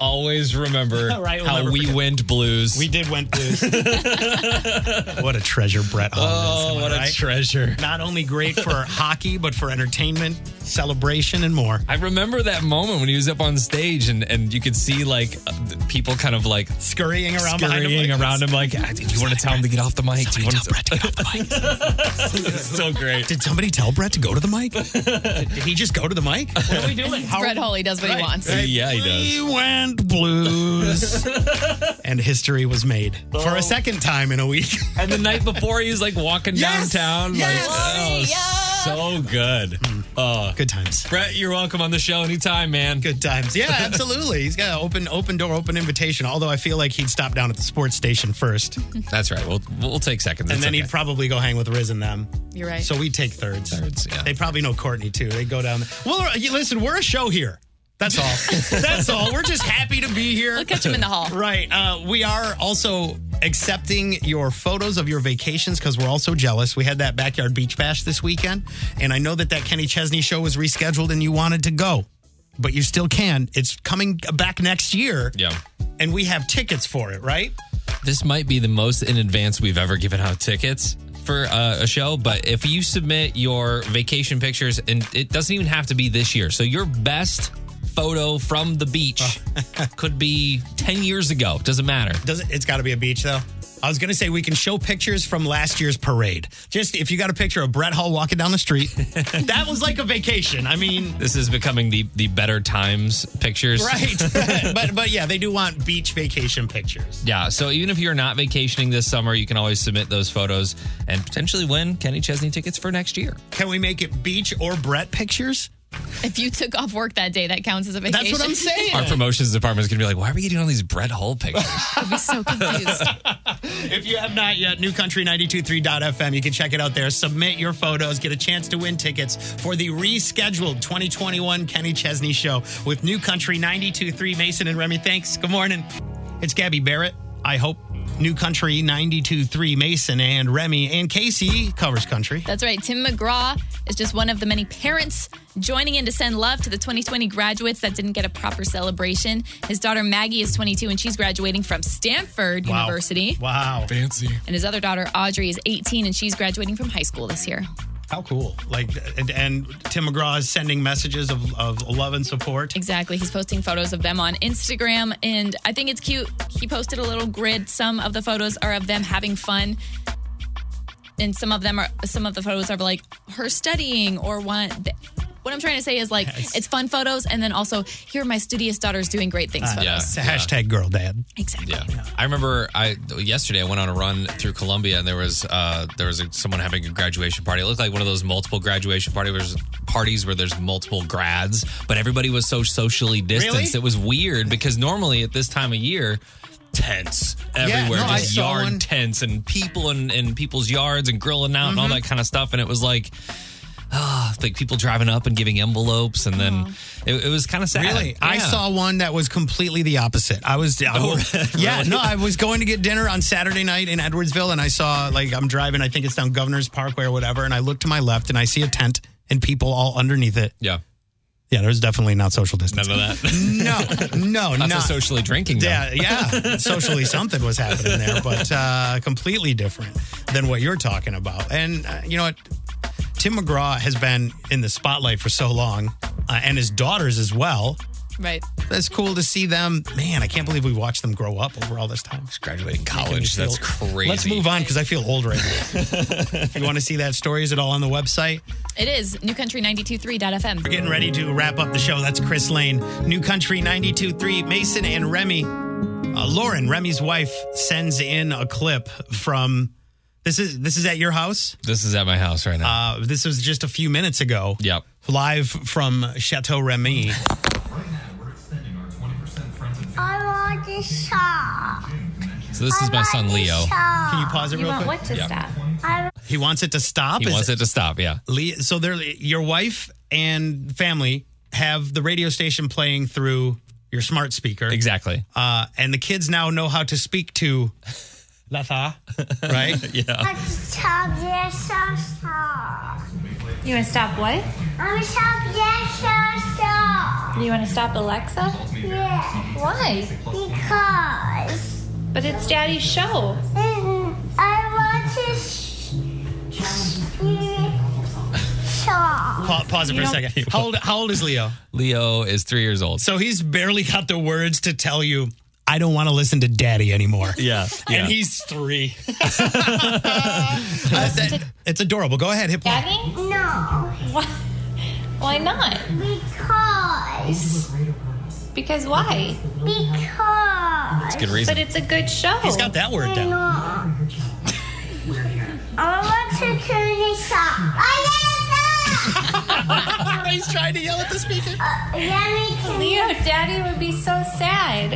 [SPEAKER 2] always remember
[SPEAKER 1] Right, we'll
[SPEAKER 2] how
[SPEAKER 1] never
[SPEAKER 2] we
[SPEAKER 1] forget.
[SPEAKER 2] went blues.
[SPEAKER 1] We did went blues. what a treasure, Brett. Hundley
[SPEAKER 2] Oh,
[SPEAKER 1] is, am I
[SPEAKER 2] what a
[SPEAKER 1] right?
[SPEAKER 2] treasure.
[SPEAKER 1] Not only great for hockey, but for entertainment, celebration, and more.
[SPEAKER 2] I remember that moment when he was up on stage and, and you could see like uh, the people kind of like
[SPEAKER 1] Scurrying around behind
[SPEAKER 2] scurrying
[SPEAKER 1] him. like-
[SPEAKER 2] around him like, "Ah, do you want to tell him to get off the mic? Do you want to Brett to get off the mic? so great.
[SPEAKER 1] Did somebody tell Brett to go to the mic? did, did he just go to the mic? What are we doing? How-
[SPEAKER 3] Brett Holly does what he wants.
[SPEAKER 2] Yeah, he does.
[SPEAKER 1] We went blues. Oh. and history was made for a second time in a week.
[SPEAKER 2] And the night before, he was like walking
[SPEAKER 1] Yes!
[SPEAKER 2] downtown.
[SPEAKER 1] Yes!
[SPEAKER 2] Like, oh, so good. Oh,
[SPEAKER 1] Good times.
[SPEAKER 2] Brett, you're welcome on the show anytime, man.
[SPEAKER 1] Uh. Good times. Yeah, absolutely. He's got an open open door, open invitation. Although I feel like he'd stop down at the sports station first.
[SPEAKER 2] That's right. We'll we'll take seconds.
[SPEAKER 1] and
[SPEAKER 2] It's
[SPEAKER 1] then
[SPEAKER 2] okay.
[SPEAKER 1] he'd probably go hang with Riz and them.
[SPEAKER 3] You're right.
[SPEAKER 1] So we take thirds.
[SPEAKER 2] Thirds, yeah.
[SPEAKER 1] They probably know Courtney too. They go down. Well, uh, you- listen, we're a show here. That's all. That's all. We're just happy to be here.
[SPEAKER 3] We'll catch him in the hall.
[SPEAKER 1] Right. Uh, we are also accepting your photos of your vacations because we're also jealous. We had that backyard beach bash this weekend, and I know that that Kenny Chesney show was rescheduled and you wanted to go, but you still can. It's coming back next year.
[SPEAKER 2] Yeah.
[SPEAKER 1] And we have tickets for it, right?
[SPEAKER 2] This might be the most in advance we've ever given out tickets for uh, a show, but if you submit your vacation pictures, and it doesn't even have to be this year, so your best photo from the beach could be 10 years ago. Doesn't matter.
[SPEAKER 1] Does it, it's got to be a beach though. I was going to say we can show pictures from last year's parade. Just if you got a picture of Brett Hall walking down the street, that was like a vacation. I mean,
[SPEAKER 2] This is becoming the, the better times pictures.
[SPEAKER 1] right? but but yeah, they do want beach vacation pictures.
[SPEAKER 2] Yeah, so even if you're not vacationing this summer, you can always submit those photos and potentially win Kenny Chesney tickets for next year.
[SPEAKER 1] Can we make it beach or Brett pictures?
[SPEAKER 3] If you took off work that day, that counts as a vacation.
[SPEAKER 1] That's what I'm saying.
[SPEAKER 2] Our promotions department is going to be like, why are we getting all these Brett Hull pictures?
[SPEAKER 3] I'd be so confused.
[SPEAKER 1] If you have not yet, newcountry923.fm. You can check it out there. Submit your photos, get a chance to win tickets for the rescheduled 2021 Kenny Chesney Show with New Country 923 Mason and Remy. Thanks. Good morning. It's Gabby Barrett. I hope New Country 923 Mason and Remy and Casey covers country.
[SPEAKER 3] That's right. Tim McGraw is just one of the many parents joining in to send love to the 2020 graduates that didn't get a proper celebration. His daughter Maggie is 22 and she's graduating from Stanford
[SPEAKER 1] Wow.
[SPEAKER 3] University.
[SPEAKER 1] Wow.
[SPEAKER 2] Fancy.
[SPEAKER 3] And his other daughter Audrey is 18 and she's graduating from high school this year.
[SPEAKER 1] How cool. Like, and, and Tim McGraw is sending messages of, of love and support.
[SPEAKER 3] Exactly. He's posting photos of them on Instagram, and I think it's cute. He posted a little grid. Some of the photos are of them having fun, and some of them are some of the photos are like her studying or one. th- What I'm trying to say is like it's fun photos, and then also here are my studious daughters doing great things.
[SPEAKER 2] Ah,
[SPEAKER 3] photos.
[SPEAKER 2] yeah.
[SPEAKER 1] It's a hashtag girl dad.
[SPEAKER 3] Exactly.
[SPEAKER 2] Yeah. I remember I yesterday I went on a run through Columbia and there was uh there was a, someone having a graduation party. It looked like one of those multiple graduation party where there's- parties where there's multiple grads, but everybody was so socially distanced.
[SPEAKER 1] Really?
[SPEAKER 2] It was weird because normally at this time of year tents everywhere
[SPEAKER 1] no, I
[SPEAKER 2] just
[SPEAKER 1] saw
[SPEAKER 2] yard
[SPEAKER 1] one.
[SPEAKER 2] tents and people in, in people's yards and grilling out and all
[SPEAKER 1] Mm-hmm.
[SPEAKER 2] that kind of stuff and it was like ah, like people driving up and giving envelopes and then it, it was kind of sad
[SPEAKER 1] Really? I
[SPEAKER 2] Yeah. Oh,
[SPEAKER 1] saw one that was completely the opposite. I was, I was- yeah, no, I was going to get dinner on Saturday night in Edwardsville, and I saw like I'm driving, I think it's down Governor's Parkway or whatever, and I look to my left and I see a tent and people all underneath it.
[SPEAKER 2] yeah
[SPEAKER 1] Yeah, there's definitely not social
[SPEAKER 2] none
[SPEAKER 1] distancing.
[SPEAKER 2] of that
[SPEAKER 1] No, no,
[SPEAKER 2] That's
[SPEAKER 1] not.
[SPEAKER 2] a socially drinking. Though.
[SPEAKER 1] yeah, yeah. Socially, something was happening there, but uh, completely different than what you're talking about. And uh, you know what? Tim McGraw has been in the spotlight for so long, uh, and his daughters as well.
[SPEAKER 3] Right.
[SPEAKER 1] That's cool to see them. Man, I can't believe we watched them grow up over all this time.
[SPEAKER 2] graduating
[SPEAKER 1] Making me
[SPEAKER 2] college. That's
[SPEAKER 1] feel-
[SPEAKER 2] crazy.
[SPEAKER 1] Let's move on because I feel old right now. if you want to see that story, is it all on the website?
[SPEAKER 3] It is newcountry923.fm.
[SPEAKER 1] We're getting ready to wrap up the show. That's Chris Lane, New Country 92.3, Mason and Remy. Uh, Lauren, Remy's wife, sends in a clip from this is this is at your house.
[SPEAKER 2] This is at my house right now.
[SPEAKER 1] Uh, this was just a few minutes ago.
[SPEAKER 2] Yep.
[SPEAKER 1] Live from Chateau Remy.
[SPEAKER 13] I want to stop.
[SPEAKER 2] So this is my son Leo.
[SPEAKER 1] Can you pause it real quick?
[SPEAKER 2] Yep.
[SPEAKER 13] I
[SPEAKER 1] He wants it to stop.
[SPEAKER 2] He
[SPEAKER 1] Is
[SPEAKER 2] wants it to stop. Yeah.
[SPEAKER 1] Lee, so they're your wife and family have the radio station playing through your smart speaker.
[SPEAKER 2] Exactly.
[SPEAKER 1] Uh, and the kids now know how to speak to Latha, right?
[SPEAKER 2] yeah.
[SPEAKER 13] want to stop. Yes, I stop.
[SPEAKER 14] You want to stop what?
[SPEAKER 13] I'm gonna stop. Yes, I stop.
[SPEAKER 14] You want to stop Alexa?
[SPEAKER 13] Yeah.
[SPEAKER 14] Why?
[SPEAKER 13] Because
[SPEAKER 14] But it's Daddy's show.
[SPEAKER 13] mm, I want to sh- sh- stop.
[SPEAKER 1] Pa- pause it for a second. How old, how old is Leo?
[SPEAKER 2] Leo is three years old.
[SPEAKER 1] So he's barely got the words to tell you, I don't want to listen to daddy anymore.
[SPEAKER 2] Yeah. yeah.
[SPEAKER 1] And he's three. Uh, that- it's adorable. Go ahead, hit play.
[SPEAKER 14] Daddy?
[SPEAKER 13] No,
[SPEAKER 14] Why? Why not?
[SPEAKER 13] because
[SPEAKER 14] Because why?
[SPEAKER 13] because
[SPEAKER 2] Good reason.
[SPEAKER 14] But it's a good show.
[SPEAKER 1] He's got that word down.
[SPEAKER 13] no. I want to turn this off. I
[SPEAKER 1] He's trying to yell at the speaker.
[SPEAKER 13] got it. Let me
[SPEAKER 14] Leo, Daddy would be so sad.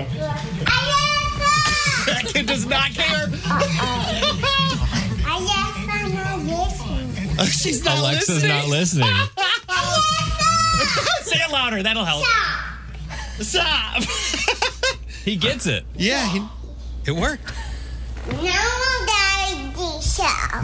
[SPEAKER 1] That kid does not care. She's not
[SPEAKER 2] Alexa's
[SPEAKER 1] listening.
[SPEAKER 2] not listening.
[SPEAKER 1] Say it louder. That'll help. Stop.
[SPEAKER 2] he gets it.
[SPEAKER 1] yeah, he- it worked.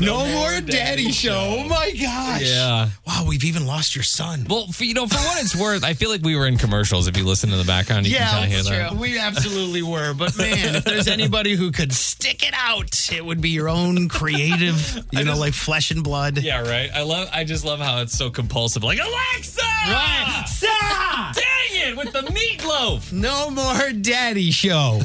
[SPEAKER 1] No, more daddy, show. Oh my gosh.
[SPEAKER 2] Yeah.
[SPEAKER 1] Wow, we've even lost your son.
[SPEAKER 2] Well, for, you know, for what it's worth, I feel like we were in commercials. If you listen to the background, you can kind of hear that.
[SPEAKER 1] we absolutely were. But man, if there's anybody who could stick it out, it would be your own creative, you know, like flesh and blood.
[SPEAKER 2] Yeah, right. I love. I just love how it's so compulsive. Like Alexa,
[SPEAKER 1] Right. Stop!
[SPEAKER 2] Dang it with the meatloaf.
[SPEAKER 1] No more daddy show.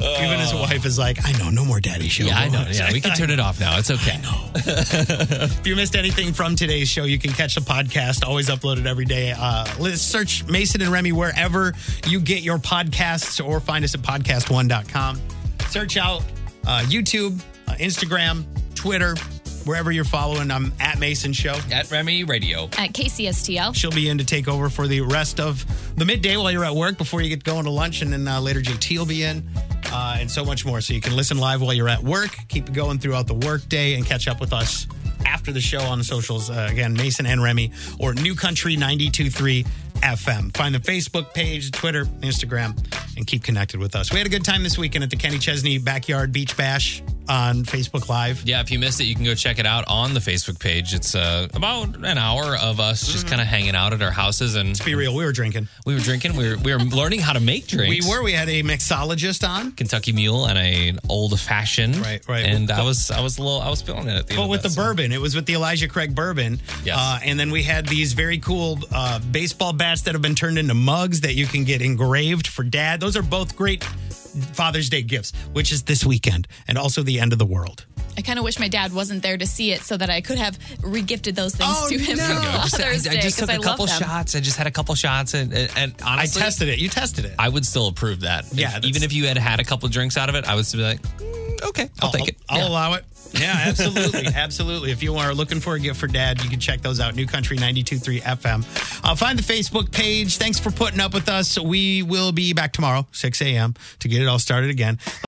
[SPEAKER 1] Even his wife is like, I know, no more daddy show.
[SPEAKER 2] Uh. Yeah, I know. Yeah, we can turn it off now. It's okay.
[SPEAKER 1] If you missed anything from today's show, you can catch the podcast, always uploaded every day. Uh, let's search Mason and Remy wherever you get your podcasts or find us at podcast1.com. Search out uh, YouTube, uh, Instagram, Twitter, wherever you're following. I'm at Mason Show.
[SPEAKER 2] At Remy Radio.
[SPEAKER 3] At KCSTL.
[SPEAKER 1] She'll be in to take over for the rest of the midday while you're at work before you get going to lunch. And then uh, later, JT will be in uh, and so much more. So you can listen live while you're at work, keep it going throughout the workday, and catch up with us after the show on the socials. Uh, again, Mason and Remy or New Country 923 FM. Find the Facebook page, Twitter, Instagram, and keep connected with us. We had a good time this weekend at the Kenny Chesney Backyard Beach Bash on Facebook Live.
[SPEAKER 2] Yeah, if you missed it, you can go check it out on the Facebook page. It's uh, about an hour of us just kind of hanging out at our houses, and
[SPEAKER 1] Be real, we were drinking.
[SPEAKER 2] we were drinking. We were, we were learning how to make
[SPEAKER 1] We
[SPEAKER 2] drinks.
[SPEAKER 1] were. We had a mixologist on.
[SPEAKER 2] Kentucky Mule and an old fashioned.
[SPEAKER 1] Right, right.
[SPEAKER 2] And I was I was a little I was feeling it at the end.
[SPEAKER 1] But
[SPEAKER 2] of
[SPEAKER 1] with
[SPEAKER 2] that,
[SPEAKER 1] the
[SPEAKER 2] so.
[SPEAKER 1] bourbon, it was with the Elijah Craig bourbon.
[SPEAKER 2] Yes.
[SPEAKER 1] Uh, and then we had these very cool uh, baseball bats that have been turned into mugs that you can get engraved for dad. Those are both great Father's Day gifts, which is this weekend and also the end of the world.
[SPEAKER 3] I kind of wish my dad wasn't there to see it so that I could have regifted those things
[SPEAKER 1] Oh,
[SPEAKER 3] to him
[SPEAKER 1] no.
[SPEAKER 3] for
[SPEAKER 1] I
[SPEAKER 2] I just, I-
[SPEAKER 3] Father's
[SPEAKER 2] I,
[SPEAKER 3] Day
[SPEAKER 2] just
[SPEAKER 3] because
[SPEAKER 2] took
[SPEAKER 3] I,
[SPEAKER 2] a
[SPEAKER 3] love
[SPEAKER 2] couple
[SPEAKER 3] them.
[SPEAKER 2] shots. I just had a couple shots, and and, and honestly,
[SPEAKER 1] I tested it. You tested it.
[SPEAKER 2] I would still approve that. If-
[SPEAKER 1] Yeah, that's-
[SPEAKER 2] even if you had had a couple drinks out of it, I would still be like, "Mm, okay, I'll, take it.
[SPEAKER 1] I'll
[SPEAKER 2] Yeah.
[SPEAKER 1] allow it. Yeah, absolutely. absolutely. If you are looking for a gift for dad, you can check those out. New Country 92.3 FM. Uh, find the Facebook page. Thanks for putting up with us. We will be back tomorrow, 6 a.m., to get it all started again.